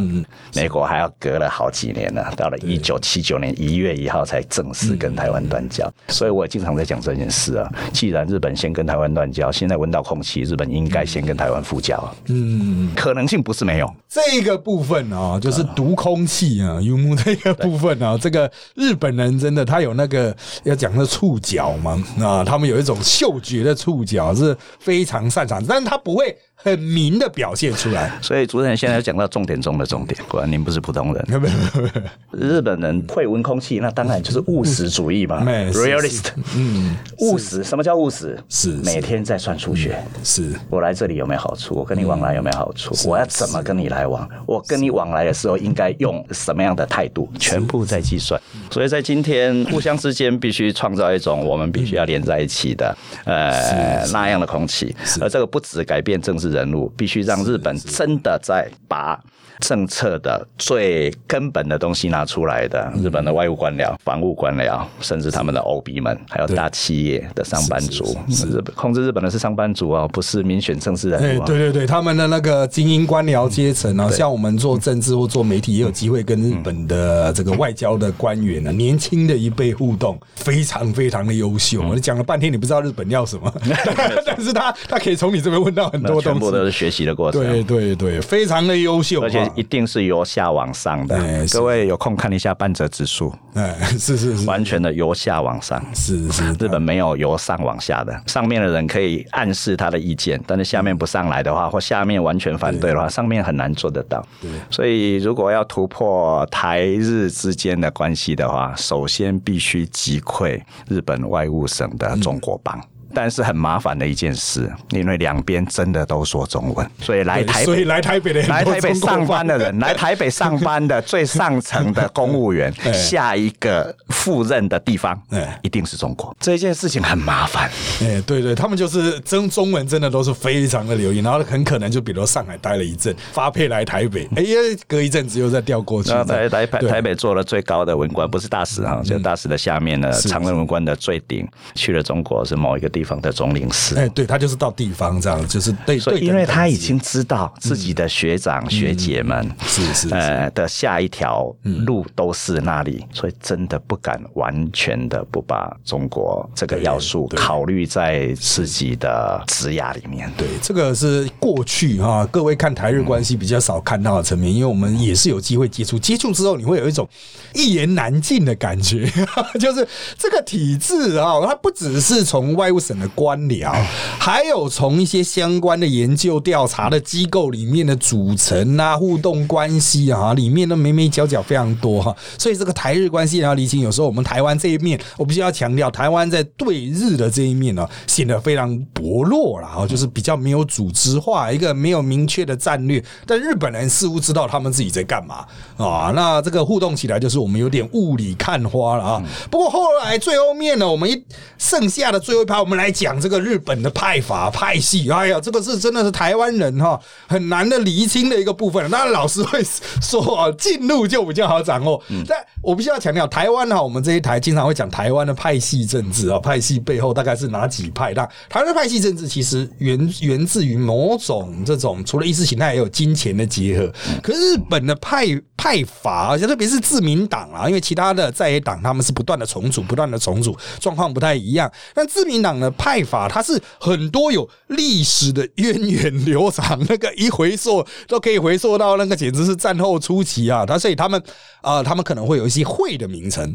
Speaker 2: 美国还要隔了好几年呢，到了一九七九年一月一号才正式跟台湾断
Speaker 3: 嗯
Speaker 2: 交。所以我经常在讲这件事啊，既然日本先跟台湾断交，现在闻到空气，日本应该先跟台湾复交啊，
Speaker 3: 嗯，
Speaker 2: 可能性不是没有。
Speaker 3: 这个部分啊，就是读空气啊，游牧这个部分啊，这个日本人真的他有那个要讲的触角嘛啊，他们有一种嗅觉的触角是非常擅长，但是他不会很明的表现出来。
Speaker 2: 所以主持人现在讲到重点中的重点，果然您不是普通人。
Speaker 3: 没有没有没
Speaker 2: 日本人会闻空气，那当然就是务实主义嘛
Speaker 3: 嗯
Speaker 2: ，realist。
Speaker 3: 嗯，
Speaker 2: 务实，什么叫务实？
Speaker 3: 是嗯是
Speaker 2: 每天在算数学。
Speaker 3: 是
Speaker 2: 我来这里有没有好处？我跟你往来有没有好处？
Speaker 3: 嗯
Speaker 2: 我要怎么跟你来往？我跟你往来的时候应该用什么样的态度？全部在计算。所以在今天，互相之间必须创造一种我们必须要连在一起的呃那样的空气。而这个不只改变政治人物，必须让日本真的在把。政策的最根本的东西拿出来的，日本的外务官僚、防务官僚，甚至他们的 OB 们，还有大企业的上班族，日本控制日本的是上班族哦，不是民选政治
Speaker 3: 哎
Speaker 2: 人物、，哦。
Speaker 3: 对对对，他们的那个精英官僚阶层啊，像我们做政治或做媒体，也有机会跟日本
Speaker 2: 嗯
Speaker 3: 的这个外交的官员呢、啊，年轻的一辈互动，非常非常的优秀。
Speaker 2: 嗯
Speaker 3: 你讲了半天，你不知道日本要什 么，但是他他可以从你这边问到很
Speaker 2: 那
Speaker 3: 多
Speaker 2: 全
Speaker 3: 东
Speaker 2: 部都
Speaker 3: 西。
Speaker 2: 是学习的过程。
Speaker 3: 对对对，非常的优秀啊，
Speaker 2: 而且一定是由下往上的
Speaker 3: 哎。是
Speaker 2: 各位有空看一下半折指数，
Speaker 3: 哎，是是是
Speaker 2: 完全的由下往上。
Speaker 3: 是是，
Speaker 2: 日本没有由上往下
Speaker 3: 嗯
Speaker 2: 的，上面的人可以暗示他的意见，但是下面不上来的话，或下面完全反对的话，上面很难做得到。所以如果要突破台日之间的关系的话，首先必须击溃日本外务省的中国
Speaker 3: 嗯
Speaker 2: 帮。但是很麻烦的一件事，因为两边真的都说中文，所以来
Speaker 3: 对
Speaker 2: 台
Speaker 3: 所
Speaker 2: 北
Speaker 3: 以来台北的很
Speaker 2: 来
Speaker 3: 多
Speaker 2: 台北
Speaker 3: 中国
Speaker 2: 上
Speaker 3: 饭
Speaker 2: 班的人，来台北上班 的最上层的公务员
Speaker 3: 哎，
Speaker 2: 下一个赴任的地方
Speaker 3: 哎，
Speaker 2: 一定是中国。这件事情很麻烦，
Speaker 3: 哎、对对，他们就是真中文真的都是非常的流利，然后很可能就比如上海待了一阵，发配来台北，哎、隔一阵子又再调过去。
Speaker 2: 那台台
Speaker 3: 对嗯
Speaker 2: 北台北做了最高的文官，不是大使哈，就大使的下面呢，常任文官的最顶，去了中国是某一个地方的总领事
Speaker 3: 哎、。对他就是到地方这样，就是对
Speaker 2: 所
Speaker 3: 对，嗯
Speaker 2: 以，因为他已经知道自己的学长学姐们，
Speaker 3: 是是嗯是
Speaker 2: 呃的下一条路都是那里，所以真的不敢完全的不把中国这个要素
Speaker 3: 对
Speaker 2: 考虑在自己的职涯里面。
Speaker 3: 对，这个是过去哈、各位看台日关系比较少看到的层面，因为我们也是有机会接触，接触之后你会有一种一言难尽的感觉， 就是这个体制啊、它不只是从外务省的官僚，还有从一些相关的研究调查的机构里面的组成啊、互动关系啊，里面的眉眉角角非常多哈、所以这个台日关系然后理清，有时候我们台湾这一面，我必须要强调，台湾在对日的这一面呢、显得非常薄弱了哈，就是比较没有组织化，一个没有明确的战略。但日本人似乎知道他们自己在干嘛啊，那这个互动起来就是我们有点雾里看花了啊。不过后来最后面呢，我们一剩下的最后一趴，我们来讲这个日本的派阀派系。哎呀，这个是真的是台湾人哈很难的厘清的一个部分。那老师会说啊，进入就比较好掌握。但我必须要强调，台湾哈，我们这一台经常会讲台湾的派系政治啊，派系背后大概是哪几派？那台湾的派系政治其实源源自于某种这种除了意识形态，也有金钱的结合。可是日本的派派阀，而且特别是自民党啊，因为其他的在野党他们是不断的重组，不断的重组，状况不太一样。但自民党的派阀，它是很多有历史的源远流长，那个一回溯都可以回溯到那个简直是战后初期啊。他所以他们啊、他们可能会有一些会的名称。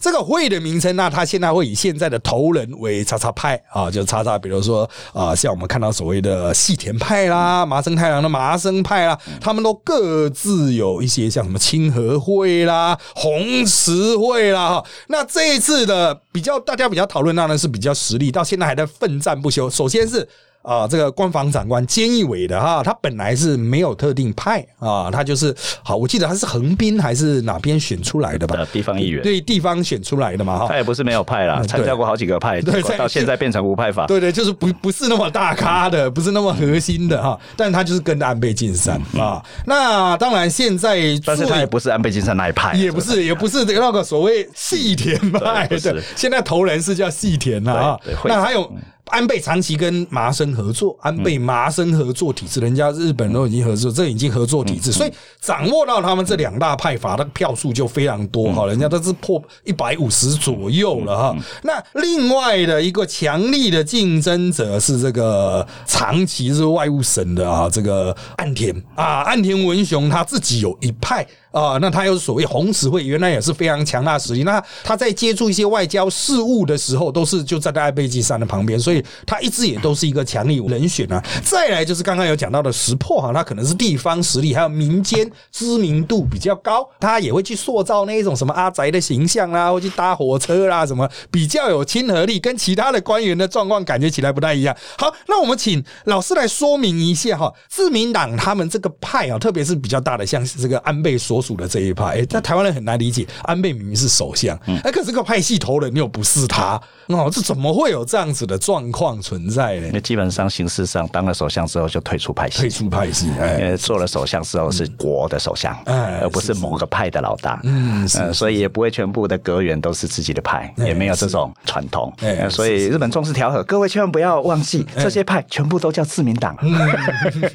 Speaker 3: 这个会的名称，那它现在会以现在的头人为叉叉派啊，就叉叉，比如说啊，像我们看到所谓的细田派啦、麻生太郎的麻生派啦，他们都各自有一些像什么清和会啦、红池会啦。哈那这一次的比较，大家比较讨论，当然是比较实力，到现在还在奋战不休。首先是。啊，这个官方长官菅义伟的哈，他本来是没有特定派啊，他就是好，我记得他是横滨还是哪边选出来的吧？
Speaker 2: 的呃地方议员，哎
Speaker 3: 对地方选出来的嘛哈
Speaker 2: 他。也不是没有派啦，参加过好几个派，
Speaker 3: 对
Speaker 2: 结果
Speaker 3: 在
Speaker 2: 到现在变成无派法。
Speaker 3: 对对，就是不不是那么大咖的，不是那么核心的哈，但他就是跟着安倍晋三啊。那当然，现在
Speaker 2: 嗯但是
Speaker 3: 最
Speaker 2: 他也不是安倍晋三那一派，啊
Speaker 3: 也不是也不是那个所谓细田派，
Speaker 2: 对不是
Speaker 3: 对，现在头人是叫细田了啊
Speaker 2: 对对。会嗯
Speaker 3: 那还有安倍长期跟麻生合作，安倍麻生合作体制，人家日本都已经合作，这已经合作体
Speaker 2: 嗯
Speaker 3: 制，所以掌握到他们这两大派阀的票数就非常
Speaker 2: 嗯
Speaker 3: 多哈，人家都是破一百五十左右了哈。那另外的一个强力的竞争者是这个长期是外务省的啊，这个岸田啊，岸田文雄他自己有一派。啊、那他又是所谓红十字会，原来也是非常强大的实力。那他在接触一些外交事务的时候，都是就站在艾贝吉山的旁边，所以他一直也都是一个强力人选啊。再来就是刚刚有讲到的石破哈，他可能是地方实力还有民间知名度比较高，他也会去塑造那一种什么阿宅的形象啦，或去搭火车啊啦，什么比较有亲和力，跟其他的官员的状况感觉起来不太一样。好，那我们请老师来说明一下哈，自民党他们这个派啊，特别是比较大的，像是这个安倍所属的这一派，哎、那台湾人很难理解，安倍明明是首相，
Speaker 2: 嗯
Speaker 3: 哎、可是这个派系头人又不是他，哦，这怎么会有这样子的状况存在
Speaker 2: 因
Speaker 3: 呢？
Speaker 2: 为基本上形式上当了首相之后就退出派系
Speaker 3: 退。出派系，哎、
Speaker 2: 因为做了首相之后是国的首相，
Speaker 3: 哎
Speaker 2: 而不是某个派的老大，
Speaker 3: 嗯是
Speaker 2: 呃所以也不会全部的阁员都是自己的派，
Speaker 3: 哎
Speaker 2: 也没有这种传统，
Speaker 3: 哎
Speaker 2: 呃
Speaker 3: 是哎
Speaker 2: 所以日本重视调和，各位千万不要忘记，这些派全部都叫自民党，
Speaker 3: 嗯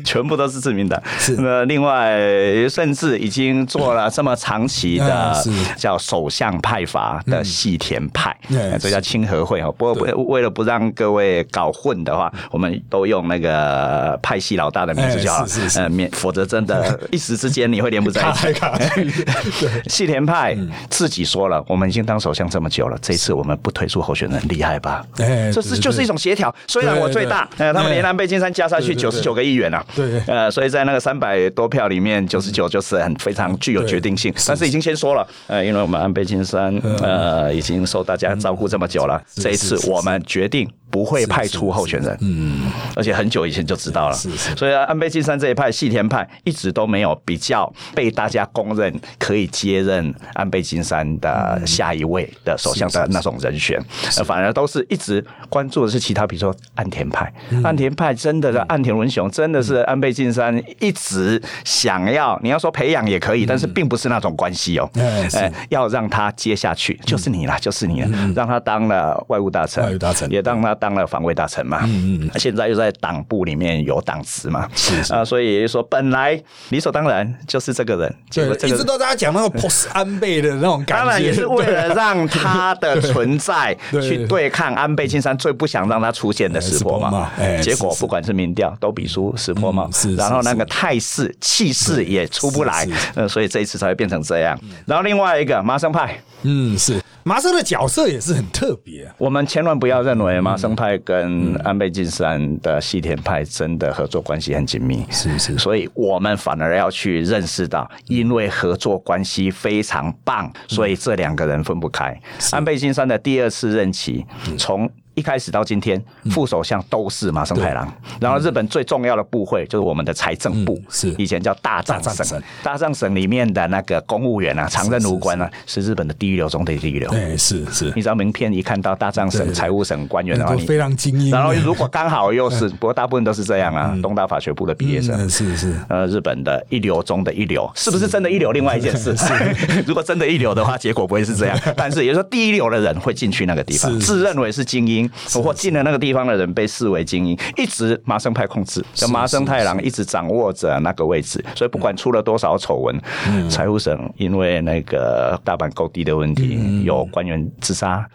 Speaker 2: 全部都是自民党。那另外，甚至已经做了这么长期
Speaker 3: 哎
Speaker 2: 的
Speaker 3: 是嗯
Speaker 2: 叫首相派阀的细田派，
Speaker 3: 哎
Speaker 2: 呃这叫亲和会哦。不过不为了不让各位搞混的话，我们都用那个派系老大的名字就好
Speaker 3: 哎是是是
Speaker 2: 呃，免否则真 的一时之间你会连不在一
Speaker 3: 卡
Speaker 2: 起。
Speaker 3: 来 卡去，嗯对，
Speaker 2: 细田派自己说了，我们已经当首相这么久了，这一次我们不推出候选人，厉害吧？
Speaker 3: 哎
Speaker 2: 这
Speaker 3: 对
Speaker 2: 是
Speaker 3: 对
Speaker 2: 就是一种协调。虽然我最大，
Speaker 3: 对对
Speaker 2: 呃，他们
Speaker 3: 哎
Speaker 2: 连安倍晋三加上去
Speaker 3: 对对
Speaker 2: 九
Speaker 3: 对
Speaker 2: 十九个议员啊，
Speaker 3: 对
Speaker 2: 呃，所以在那个三百多票里面，九十九就是很非常具有
Speaker 3: 对
Speaker 2: 决定性。但是已经先说了，呃，因为我们安倍晋三呃已经受大家照顾这么久了，
Speaker 3: 嗯是
Speaker 2: 这一
Speaker 3: 是
Speaker 2: 次
Speaker 3: 是
Speaker 2: 我们决定不会派出候选人，嗯，而且很久以前就知道了，
Speaker 3: 是是
Speaker 2: 所以安倍晋三这一派细田派一直都没有比较被大家公认可以接任安倍晋三的下一位的首相
Speaker 3: 是是
Speaker 2: 的那种人选，呃反而都是一直关注的是其他，比如说岸田派，
Speaker 3: 嗯
Speaker 2: 岸田派真的是岸田文雄，真的是安倍晋三一直想要，你要说培养也可以，但是并不是那种关系哦，
Speaker 3: 嗯哎是嗯
Speaker 2: 呃要让他接下去，就是你啦，就是你了，让他当了外务大臣，
Speaker 3: 外务大臣
Speaker 2: 也让他当了防卫大臣嘛，嗯嗯，现在又在党部里面有党职嘛，
Speaker 3: 是是
Speaker 2: 啊，所以说本来理所当然就是这个人，结
Speaker 3: 对
Speaker 2: 果，这
Speaker 3: 一
Speaker 2: 个
Speaker 3: 直都在讲那 个 pos 安倍的那种感觉，啊
Speaker 2: 当然也是为了让他 的存在
Speaker 3: 对
Speaker 2: 去对抗安倍晋三最不想让他出现的石破
Speaker 3: 哎石破嘛
Speaker 2: 嘛
Speaker 3: 哎。
Speaker 2: 结果
Speaker 3: 是是
Speaker 2: 不管是民调都比输石破嘛
Speaker 3: 嗯是是，
Speaker 2: 然后那个态势气势也出不来
Speaker 3: 是是，
Speaker 2: 呃，所以这一次才会变成这样。然后另外一个麻生派，
Speaker 3: 嗯，是麻生的角色也是很特别、啊
Speaker 2: 我们千万不要认为麻
Speaker 3: 嗯
Speaker 2: 生派跟安倍晋三的细田派真的合作关系很紧密，
Speaker 3: 是是嗯
Speaker 2: 所以我们反而要去认识到，因为合作关系非常棒，所以这两个人分不开。安倍晋三的第二次任期，
Speaker 3: 嗯
Speaker 2: 从一开始到今天，副首相都是麻生太郎。然后日本最重要的部会就是我们的财政部
Speaker 3: 嗯，是
Speaker 2: 以前叫大
Speaker 3: 大
Speaker 2: 藏
Speaker 3: 藏省
Speaker 2: 省。大藏省里面的那个公务员啊，常任
Speaker 3: 是
Speaker 2: 武官啊，是日本的第一流中的第一流。
Speaker 3: 哎，是是，
Speaker 2: 你只要名片一看到大藏
Speaker 3: 对
Speaker 2: 省财务省官员的话，
Speaker 3: 嗯都
Speaker 2: 你
Speaker 3: 非常嗯精英的。啊
Speaker 2: 然后如果刚好又 是，不过大部分都是这样啊，东大法学部的毕业生。
Speaker 3: 嗯，是是，
Speaker 2: 呃，日本的一流中的一流，是不是真的一流？另外一件事， 如果真的一流的话，结果不会是这样。但是也就是说，第一流的人会进去那个地方，
Speaker 3: 是
Speaker 2: 自认为是精英，或进了那个地方的人被视为精英，一直麻生派控制，就麻生太郎一直掌握着那个位置，所以不管出了多少丑闻，财务省因为那个大阪购地的问题，有官员自杀，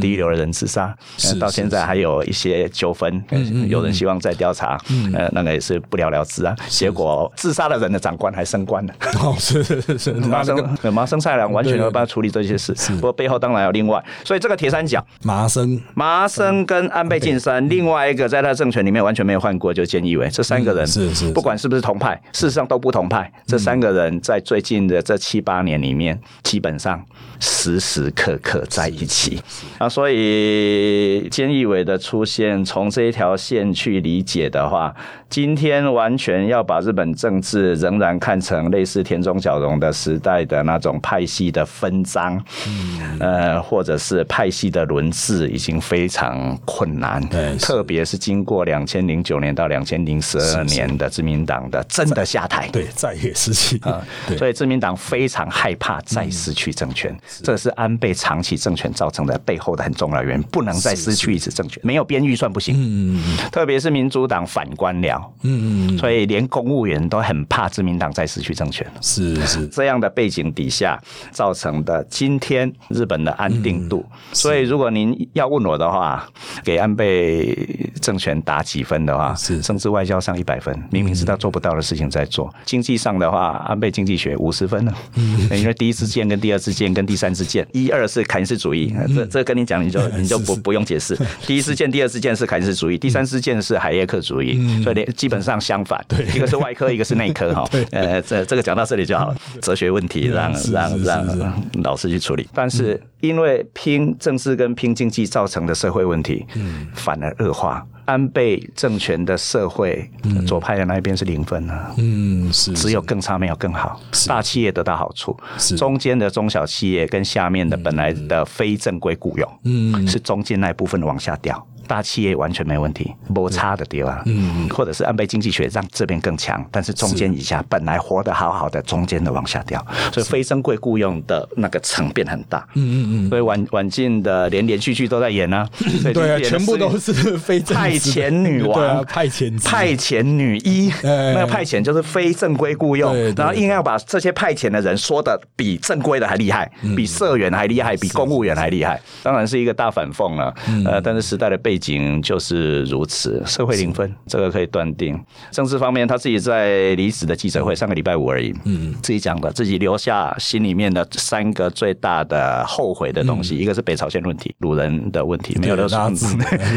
Speaker 2: 第一流的人自杀，
Speaker 3: 是
Speaker 2: 呃到
Speaker 3: 是嗯
Speaker 2: 现在还有一些纠纷，呃有人希望再调查，呃，那个也是不了了之啊。结果自杀的人的长官还升官了，
Speaker 3: 哦，是是是，
Speaker 2: 麻
Speaker 3: 麻生
Speaker 2: 生呃麻生太郎完全没有办法处理这些事，不过背后当然有另外，所以这个铁三角，
Speaker 3: 麻生
Speaker 2: 麻生跟安倍晋三，另外一个在他的政权里面完全没有换过，就菅义伟，这三个人
Speaker 3: 嗯是是是
Speaker 2: 不管是不是同派，事实上都不同派。这三个人在最近的这七八年里面，基本上时时刻刻在一起啊，所以菅义伟的出现，从这一条线去理解的话，今天完全要把日本政治仍然看成类似田中角荣的时代的那种派系的分赃，
Speaker 3: 嗯
Speaker 2: 呃，或者是派系的轮治，已经非常困难
Speaker 3: 对是，
Speaker 2: 特别是经过两千零九年到两千零十二年的自民党的真的下台。
Speaker 3: 对在野时期，
Speaker 2: 啊
Speaker 3: 对
Speaker 2: 所以自民党非常害怕再失去政权，这嗯是安倍长期政权造成的背后的很重要的原因，不能再失去一次政权，没有编预算不行。嗯嗯嗯。特别是民主党反官僚，嗯嗯嗯，所以连公务员都很怕自民党再失去政权。
Speaker 3: 是是
Speaker 2: 这样的背景底下造成的今天日本的安定度。所以，如果您要问我的话，话，给安倍政权打几分的话，
Speaker 3: 是
Speaker 2: 甚至外交上一百分，明明知道做不到的事情在做。经济上的话，安倍经济学五十分呢， 因为第一支箭跟第二支箭跟第三支箭，一二是凯恩斯主
Speaker 3: 嗯
Speaker 2: 义，呃这这跟你讲你 就你就不不用解释。第一支箭、第二支箭是凯恩斯
Speaker 3: 嗯
Speaker 2: 主义，第三支箭是海耶克主义，所以连基本上相反，一个是外科，一个是内科 哈。呃，这这个讲到这里就好了，哲学问题让
Speaker 3: 嗯是
Speaker 2: 让
Speaker 3: 是
Speaker 2: 让
Speaker 3: 是嗯
Speaker 2: 让老师去处理，但是因为拼政治跟拼经济造成的社会问题，
Speaker 3: 嗯
Speaker 2: 反而恶化。安倍政权的社会，左派的那一边是零分啊，
Speaker 3: 嗯，是
Speaker 2: 只有更差没有更好，大企业得到好处
Speaker 3: 是，嗯
Speaker 2: 中间的中小企业跟下面的本来的非正规雇佣，嗯，是中间那一部分往下掉。大企业完全没问题，摩擦的地方，嗯，或者是安倍经济学让这边更强，但是中间以下本来活得好好的，中间的往下掉，所以非正规雇佣的那个层变很大，嗯嗯嗯，所以晚晚近的连连续剧都在演啊，所以
Speaker 3: 对啊，
Speaker 2: 连续演的
Speaker 3: 全部都是非正
Speaker 2: 派
Speaker 3: 式
Speaker 2: 遣
Speaker 3: 的
Speaker 2: 女王，
Speaker 3: 对啊，派遣制
Speaker 2: 派遣女医，
Speaker 3: 哎
Speaker 2: 那个派遣就是非正规雇佣
Speaker 3: 对对，
Speaker 2: 然后硬要把这些派遣的人说的比正规的还厉害，
Speaker 3: 嗯
Speaker 2: 比社员还厉害，比公务员还厉害，当然是一个大反讽了。
Speaker 3: 嗯
Speaker 2: 呃，但是时代的背景就是如此，社会零分，这个可以断定。政治方面，他自己在离职的记者会，上个礼拜五而已，嗯，自己讲的，自己留下心里面的三个最大的后悔的东西，一个是北朝鲜问题，鲁人的问题，没有
Speaker 3: 嗯对
Speaker 2: 留
Speaker 3: 拉致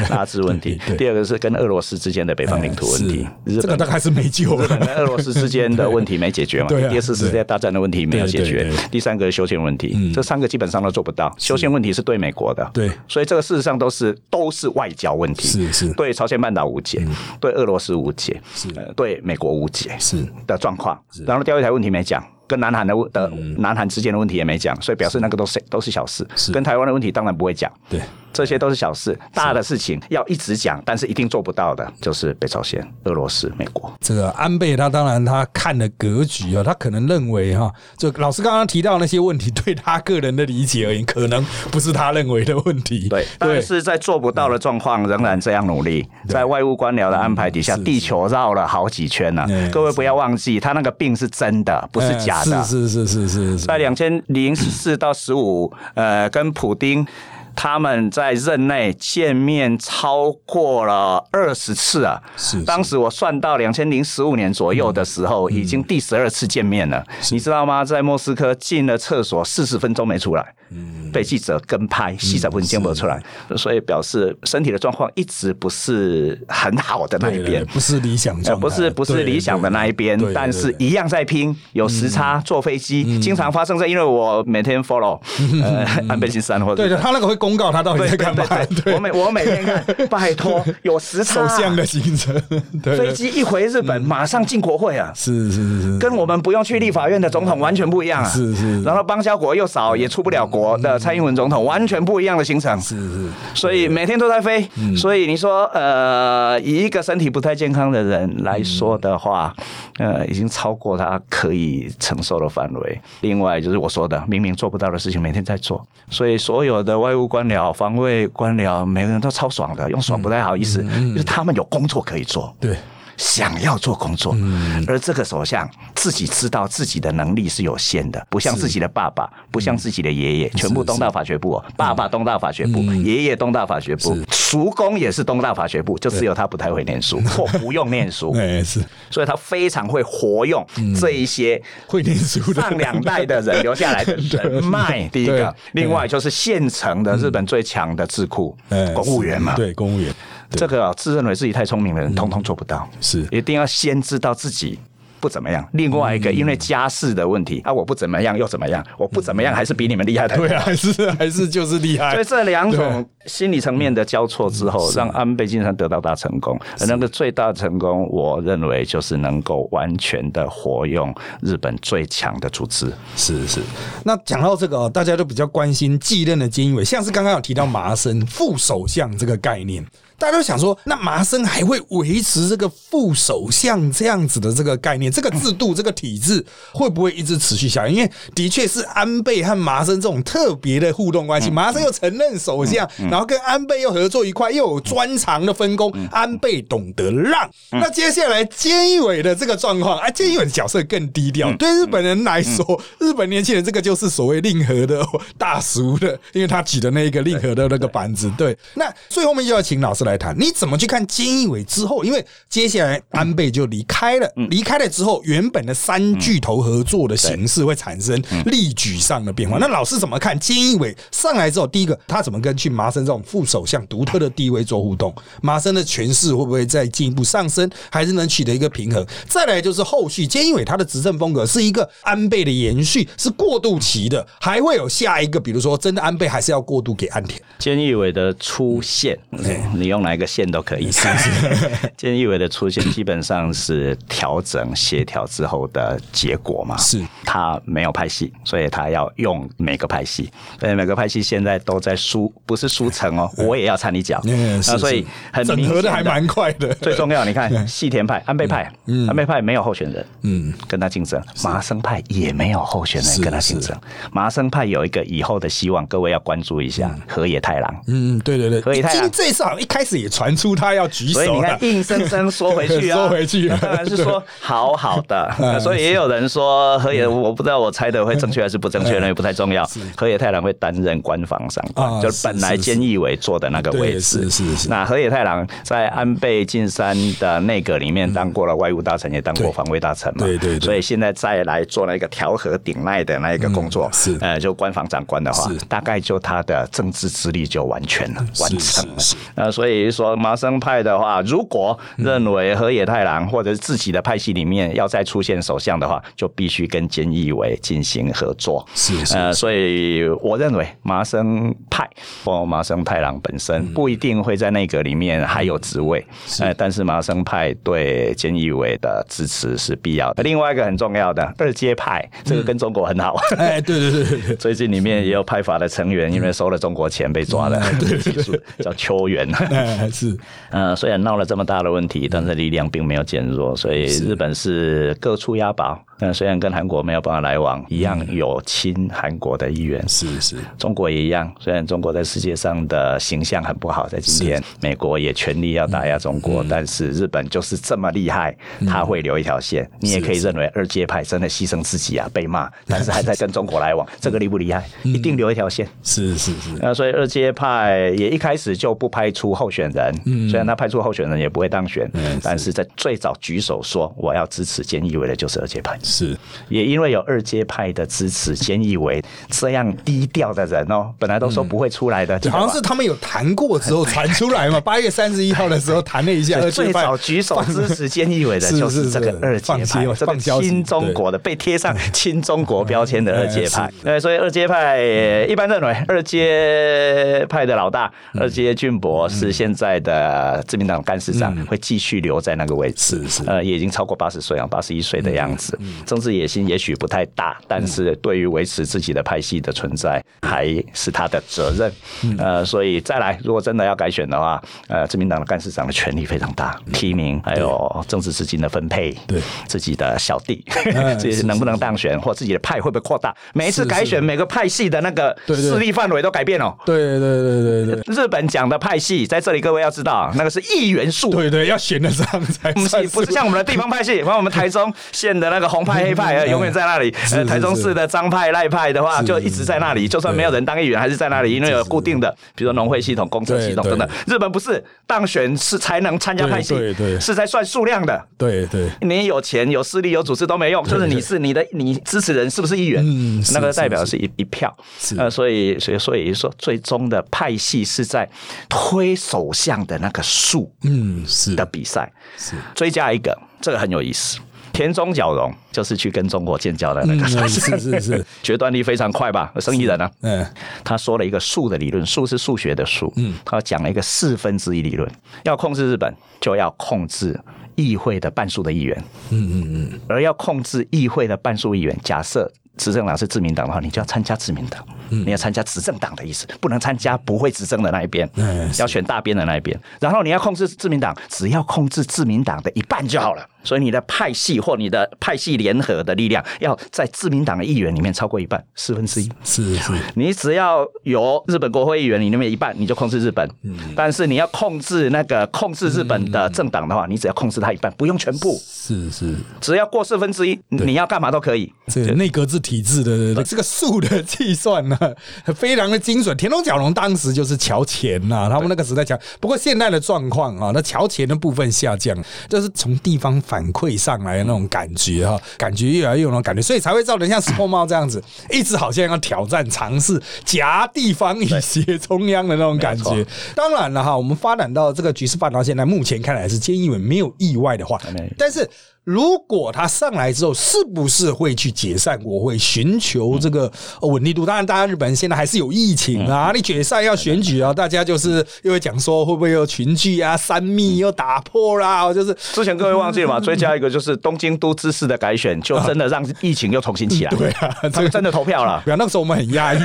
Speaker 2: 拉致问题
Speaker 3: 对对；哎
Speaker 2: 第二个是跟俄罗斯之间的北方领土问题，
Speaker 3: 是
Speaker 2: 日
Speaker 3: 这个
Speaker 2: 本
Speaker 3: 大概是没救
Speaker 2: 日本
Speaker 3: 了。
Speaker 2: 跟俄 罗斯之间的问题没解决嘛？
Speaker 3: 对啊
Speaker 2: 第二次世界大战的问题没有解
Speaker 3: 对
Speaker 2: 决
Speaker 3: 对对，
Speaker 2: 第三个休闲问题，这三个基本上都做不到。休闲问题是对美国的，
Speaker 3: 对
Speaker 2: 所以这个事实上都是都是外交问题，
Speaker 3: 是是嗯
Speaker 2: 对朝鲜半岛无解，对俄罗斯无解，呃对美国无解
Speaker 3: 是嗯
Speaker 2: 的状况。然后钓鱼台问题没讲。跟南韩的问的南韩之间的问题也没讲，所以表示那个都是都是小事。跟台湾的问题当然不会讲，
Speaker 3: 对，
Speaker 2: 这些都是小事，大的事情要一直讲，但是一定做不到的，就是北朝鲜、俄罗斯、美国。
Speaker 3: 这个安倍他当然他看的格局啊，他可能认为哈、就老师刚刚提到那些问题，对他个人的理解而言，可能不是他认为的问题。
Speaker 2: 对，
Speaker 3: 对
Speaker 2: 但，是在做不到的状况，仍然这样努力，在外务官僚的安排底下，
Speaker 3: 是
Speaker 2: 地球绕了好几圈呢、
Speaker 3: 嗯
Speaker 2: 各位不要忘记，他那个病是真的，不是假的。啊
Speaker 3: 哎是是是是是是
Speaker 2: 在，两千零四到十五，呃，跟普丁。他们在任内见面超过了二十次啊！
Speaker 3: 是是嗯
Speaker 2: 当时我算到两千零十五年左右的时候，已经第十二次见面了。你知道吗？在莫斯科进了厕所四十分钟没出来，
Speaker 3: 嗯
Speaker 2: 被记者跟拍，记者不见不出来，所以表示身体的状况一直不是很好的那一
Speaker 3: 对对，
Speaker 2: 边。
Speaker 3: 不是理想
Speaker 2: 呃，
Speaker 3: 状态，
Speaker 2: 不是不是
Speaker 3: 对
Speaker 2: 理想的那一边
Speaker 3: 对对对，嗯
Speaker 2: 但是一样在拼，有时差，坐飞机，经常发生在，因为我每天 follow 呃 安倍晋三或者
Speaker 3: 嗯对对，他那个会公告他到底
Speaker 2: 对
Speaker 3: 在
Speaker 2: 对
Speaker 3: 干嘛？
Speaker 2: 对对，我每我每天看，拜托有时差
Speaker 3: 首
Speaker 2: 啊，
Speaker 3: 相的行程，对
Speaker 2: 飞
Speaker 3: 嗯对，
Speaker 2: 机一回日本马上进国会啊，
Speaker 3: 是是是是，
Speaker 2: 跟我们不用去立法院的总统完全不一样啊，
Speaker 3: 是是
Speaker 2: 然后邦交国又少，也出不了国的蔡英文总统完全不一样的行程，
Speaker 3: 是是嗯
Speaker 2: 所以每天都在飞。所以你说，呃，以一个身体不太健康的人来说的话，
Speaker 3: 嗯
Speaker 2: 呃，已经超过他可以承受的范围。另外就是我说的，明明做不到的事情，每天在做。所以所有的外务官僚、防卫官僚，每个人都超爽的，用爽不太好意思，就是他们有工作可以做。
Speaker 3: 嗯对，
Speaker 2: 想要做工作，
Speaker 3: 嗯
Speaker 2: 而这个首相自己知道自己的能力是有限的，不像自己的爸爸，不像自己的爷
Speaker 3: 嗯
Speaker 2: 爷，全部东大法学部、哦，爸爸东大法学部，爷爷东大法学部，叔公也是东大法学部，就只有他不太会念
Speaker 3: 嗯
Speaker 2: 书或不用念 书，
Speaker 3: 哎是
Speaker 2: 所以他非常会活用
Speaker 3: 嗯
Speaker 2: 这一 些
Speaker 3: 会念书的，
Speaker 2: 上两代的人留下来的人脉，第一
Speaker 3: 对
Speaker 2: 个，另外就是现成的日本最强的智库
Speaker 3: 哎
Speaker 2: 公务员嘛，
Speaker 3: 对公务员，对嗯
Speaker 2: 这个啊自认为自己太聪明的人，通通做不到。
Speaker 3: 是
Speaker 2: 一定要先知道自己。不怎么样，另外
Speaker 3: 嗯
Speaker 2: 一个因为家世的问题、啊，我不怎么样又怎么样，我不怎么样还是比你们厉害的。
Speaker 3: 嗯对啊，还啊是还是就是厉害
Speaker 2: 所以，这两种心理层面的交错之
Speaker 3: 嗯
Speaker 2: 后，让安倍晋三得到大成功。而那个最大的成功，我认为就是能够完全的活用日本最强的组
Speaker 3: 嗯
Speaker 2: 织。
Speaker 3: 是是。那讲到这个哦，大家都比较关心继任的菅义伟，像是刚刚有提到麻生副首相这个概念，大家都想说，那麻生还会维持这个副首相这样子的这个概念、这个制度、这个体制，会不会一直持续下去？因为的确是安倍和麻生这种特别的互动关系，麻生又承认首相，然后跟安倍又合作愉快，又有专长的分工，安倍懂得让。那接下来菅义伟的这个状况，啊，菅义伟的角色更低调，对日本人来说，日本年轻人这个就是所谓令和的 大叔的，因为他举的那一个令和的那个板子。对，那所以后面就要请老师来谈，你怎么去看菅义伟之后？因为接下来安倍就离开了，离开了之后，原本的三巨头合作的形式会产生力举上的变化。那老师怎么看菅义伟上来之后，第一个他怎么跟去麻生这种副首相独特的地位做互动？麻生的权势会不会再进一步上升，还是能取得一个平衡？再来就是后续菅义伟他的执政风格是一个安倍的延续，是过渡期的，还会有下一个，比如说真的安倍还是要过渡给岸田。
Speaker 2: 菅义伟的出现，
Speaker 3: 嗯
Speaker 2: 你用哪一个线都可以。菅义伟的出现基本上是调整协调之后的结果嘛，
Speaker 3: 是
Speaker 2: 他没有派系，所以他要用每个派系，所以每个派系现在都在输，不是输成 哦，我也要掺一脚。
Speaker 3: 嗯是
Speaker 2: 那所以
Speaker 3: 是
Speaker 2: 很明
Speaker 3: 整
Speaker 2: 显
Speaker 3: 合的还蛮嗯快的。
Speaker 2: 最重要，你看细田派、安倍派，安倍派没有候选人，嗯，跟他竞争；麻生派也没有候选人
Speaker 3: 是
Speaker 2: 跟他竞争。麻生派有一个以后的希望，各位要关注一下河野太郎。
Speaker 3: 嗯，对对对，
Speaker 2: 可以太
Speaker 3: 今
Speaker 2: 郎
Speaker 3: 这一次啊好像一开始也传出他要举
Speaker 2: 所以
Speaker 3: 手
Speaker 2: 你
Speaker 3: 了
Speaker 2: 看，，硬生生缩回 去啊，
Speaker 3: 缩回去哎了
Speaker 2: 那当然是说好好的。那所以也有人说河野，我不知道我猜的会正确还是不正 确，那也不太重要。河野太郎会担任官房长
Speaker 3: 哎啊
Speaker 2: 官，就是本来
Speaker 3: 是
Speaker 2: 菅义伟坐的那个位
Speaker 3: 对
Speaker 2: 置。
Speaker 3: 是是是
Speaker 2: 那河野太郎在安倍晋三的内阁里面当过了外务大臣，也当
Speaker 3: 对
Speaker 2: 过防卫大臣嘛。
Speaker 3: 对对对
Speaker 2: 所以现在再来做那个调和顶赖的那一个工作
Speaker 3: 嗯，是
Speaker 2: 呃，就官房长官的话
Speaker 3: 是，
Speaker 2: 大概就他的政治资历就完全了，完成了。
Speaker 3: 是是
Speaker 2: 呃，所以说麻生派的话，如果认为河野太郎或者是自己的派系里面要再出现首相的话，就必须跟菅义伟进行合作。
Speaker 3: 是是
Speaker 2: 呃，所以我认为麻生派或麻生太郎本身
Speaker 3: 嗯
Speaker 2: 不一定会在内阁里面还有职位，呃，但是麻生派对菅义伟的支持是必
Speaker 3: 嗯
Speaker 2: 要的。另外一个很重要的二阶派，这个跟中国 很好。
Speaker 3: 哎，对对对对
Speaker 2: 最近里面也有派阀的成员因为收了中国钱被抓了，
Speaker 3: 嗯
Speaker 2: 技术叫邱 元。
Speaker 3: 对，哎是
Speaker 2: 呃，虽然闹了这么大的问题，但是力量并没有减弱，所以日本是各处押宝。但虽然跟韩国没有办法来往，一样有亲韩国的议员。
Speaker 3: 是是，
Speaker 2: 中国也一样，虽然中国在世界上的形象很不好，在今天，美国也全力要打压中
Speaker 3: 嗯
Speaker 2: 国，但是日本就是这么厉害，他会留一条线。你也可以认为二阶派真的牺牲自己啊，被骂，但是还在跟中国来往，
Speaker 3: 嗯
Speaker 2: 这个厉不厉害？一定留一条线。
Speaker 3: 是是是，
Speaker 2: 那所以二阶派也一开始就不派出候选人，
Speaker 3: 嗯
Speaker 2: 虽然他派出候选人也不会当选，但是在最早举手说我要支持菅义伟的就是二阶派，
Speaker 3: 是
Speaker 2: 也因为有二阶派的支持，菅义伟这样低调的人哦，本来都说不会出来的，记得吧
Speaker 3: 嗯好像是他们有谈过之后传出来嘛，八月三十一号的时候谈了一下，
Speaker 2: 对
Speaker 3: 而且
Speaker 2: 最
Speaker 3: 发
Speaker 2: 早举手支持菅义伟的
Speaker 3: 是
Speaker 2: 就是
Speaker 3: 是
Speaker 2: 这个二阶
Speaker 3: 放
Speaker 2: 派
Speaker 3: 弃，
Speaker 2: 这个
Speaker 3: 放消息
Speaker 2: 亲中国的被贴上亲中国标签的二阶
Speaker 3: 哎
Speaker 2: 派
Speaker 3: 是。
Speaker 2: 对，所以二阶派一般认为二阶派的老大
Speaker 3: 嗯
Speaker 2: 二阶俊博是现在的自民党干事
Speaker 3: 嗯
Speaker 2: 长，会继续留在那个位置。
Speaker 3: 是是
Speaker 2: 呃，也已经超过八十岁啊，八十一岁
Speaker 3: 嗯
Speaker 2: 的样子。政治野心也许不太大，但是对于维持自己的派系的存在，还是他的责任。
Speaker 3: 嗯
Speaker 2: 呃，所以再来，如果真的要改选的话，呃，自民党的干事长的权力非常大，提名还有政治资金的分配，
Speaker 3: 嗯对
Speaker 2: 自己的小 弟
Speaker 3: 嗯，
Speaker 2: 自己能不能当选，或自己的派会不会扩大？每一次
Speaker 3: 是
Speaker 2: 改
Speaker 3: 是
Speaker 2: 选，每个派系的那个
Speaker 3: 对对
Speaker 2: 势力范围都改变哦。
Speaker 3: 对对对对对
Speaker 2: 日本讲的派系，在这里各位要知道，啊那个是议员数，
Speaker 3: 对对，要选得上才
Speaker 2: 我们
Speaker 3: 算
Speaker 2: 系不是像我们的地方派 系，反正我们台中县的那个红派、黑派呃永远在那里。
Speaker 3: 是
Speaker 2: 呃，
Speaker 3: 是
Speaker 2: 台中市的张派、赖派的话，就一直在那里，就算没有人当议员，还是在那里，因为有固定的，比如说农会系统、工程系统
Speaker 3: 对
Speaker 2: 等等。日本不是当选是才能参加派系
Speaker 3: 对对对，
Speaker 2: 是在算数量的。
Speaker 3: 对对
Speaker 2: 你有钱、有势力、有组织都没用，就是你是你的你支持人是不是议员？
Speaker 3: 嗯是
Speaker 2: 那个代表是一一票。呃，所以所以所以说，最终的派系是在推首相的那个数
Speaker 3: 嗯是
Speaker 2: 的比赛。
Speaker 3: 是
Speaker 2: 追加一个，这个很有意思。田中角荣就是去跟中国建交的那个，
Speaker 3: 嗯是是是，
Speaker 2: 决断力非常快吧，生意人啊。
Speaker 3: 嗯
Speaker 2: 他说了一个数的理论，数是数学的数，嗯，他讲了一个四分之一理论，要控制日本就要控制议会的半数的议员，
Speaker 3: 嗯嗯嗯，
Speaker 2: 而要控制议会的半数议员，假设执政党是自民党的话，你就要参加自民党，
Speaker 3: 嗯
Speaker 2: 你要参加执政党的意思，不能参加不会执政的那一边，
Speaker 3: 哎
Speaker 2: 要选大边的那一边。然后你要控制自民党，只要控制自民党的一半就好了。所以你的派系或你的派系联合的力量，要在自民党的议员里面超过一半，四分之一。
Speaker 3: 是是，
Speaker 2: 你只要有日本国会议员里面一半，你就控制日本。
Speaker 3: 嗯
Speaker 2: 但是你要控制那个控制日本的政党的话，你只要控制他一半，不用全部，
Speaker 1: 是是，
Speaker 3: 嗯
Speaker 2: 只要过四分之一，你要干嘛都可以。
Speaker 1: 这个内阁制体制的
Speaker 3: 这个数的计算呢， 非常的精准。田中角荣当时就是瞧钱呐、他们那个时代瞧。不过现在的状况啊，那瞧钱的部分下降，就是从地方反馈上来的那种感觉啊，感觉越来越有那种感觉，所以才会造成像 s p o 猫这样子，一直好像要挑战、尝试夹地方以挟中央的那种感
Speaker 2: 没
Speaker 3: 觉。当然了哈，我们发展到这个局势发展到现在，目前看来是菅义伟没有意外的话
Speaker 2: 哎没有，
Speaker 3: 但是。如果他上来之后，是不是会去解散国会，寻求这
Speaker 2: 嗯
Speaker 3: 个呃稳定度？当然，当然，日本现在还是有疫情啊，你解散要选举
Speaker 2: 嗯
Speaker 3: 啊，大家就是又会讲说会不会有群聚啊、三
Speaker 2: 嗯
Speaker 3: 密又打破啦，就是
Speaker 2: 之前各位忘记了嘛？追加一个就是东京都知事的改选，就真的让疫情又重新 起来。对
Speaker 3: 啊
Speaker 2: 他们真的投票了。
Speaker 3: 对啊，那个时候我们很压抑，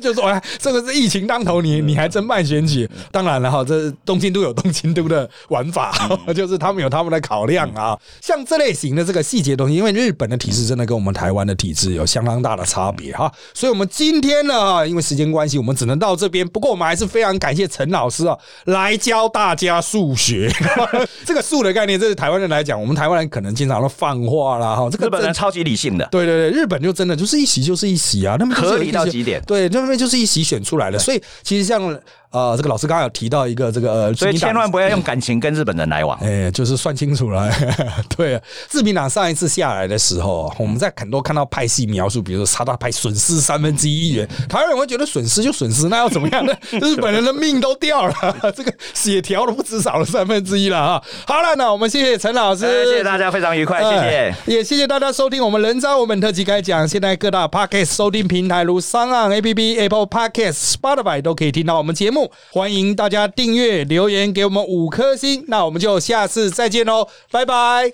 Speaker 3: 就说哎，这个是疫情当头，
Speaker 2: 嗯
Speaker 3: 你你还真办选举？当然了哈，这东京都有东京都的玩法，
Speaker 2: 嗯
Speaker 3: 就是他们有他们的考量啊。像这类型的这个细节东西，因为日本的体制真的跟我们台湾的体制有相当大的差别哈，所以我们今天呢，啊因为时间关系，我们只能到这边。不过我们还是非常感谢陈老师啊，来教大家数学。 这个数的概念，这是台湾人来讲，我们台湾人可能经常都放话啦 哈，这个
Speaker 2: 日本
Speaker 3: 政
Speaker 2: 人超级理性的，
Speaker 3: 对对对，日本就真的就是一席就是一席啊，那么就是
Speaker 2: 合理到极点
Speaker 3: 对，那边就是一席选出来的，所以其实像呃，这个老师刚刚有提到一个这个，呃、
Speaker 2: 所以
Speaker 3: 自民党
Speaker 2: 千万不要用感情跟日本人来 往。
Speaker 3: 哎，就是算清楚了。 对，啊自民党上一次下来的时候，我们在很多看到派系描述，比如说沙大派损失三分之一亿元，台湾人会觉得损失就损失，那要怎么样呢？ 日本人的命都掉了， 这个血条都不止少了三分之一了啊！好了，那我们谢谢陈老师，
Speaker 2: 哎谢谢大家，非常愉快，谢谢
Speaker 3: 哎。也谢谢大家收听我们人渣我们特辑开讲。现在各大 podcast 收听平台如 s o n APP、Apple Podcast、Spotify 都可以听到我们节目。欢迎大家订阅、留言给我们五颗星。那我们就下次再见喽，拜拜。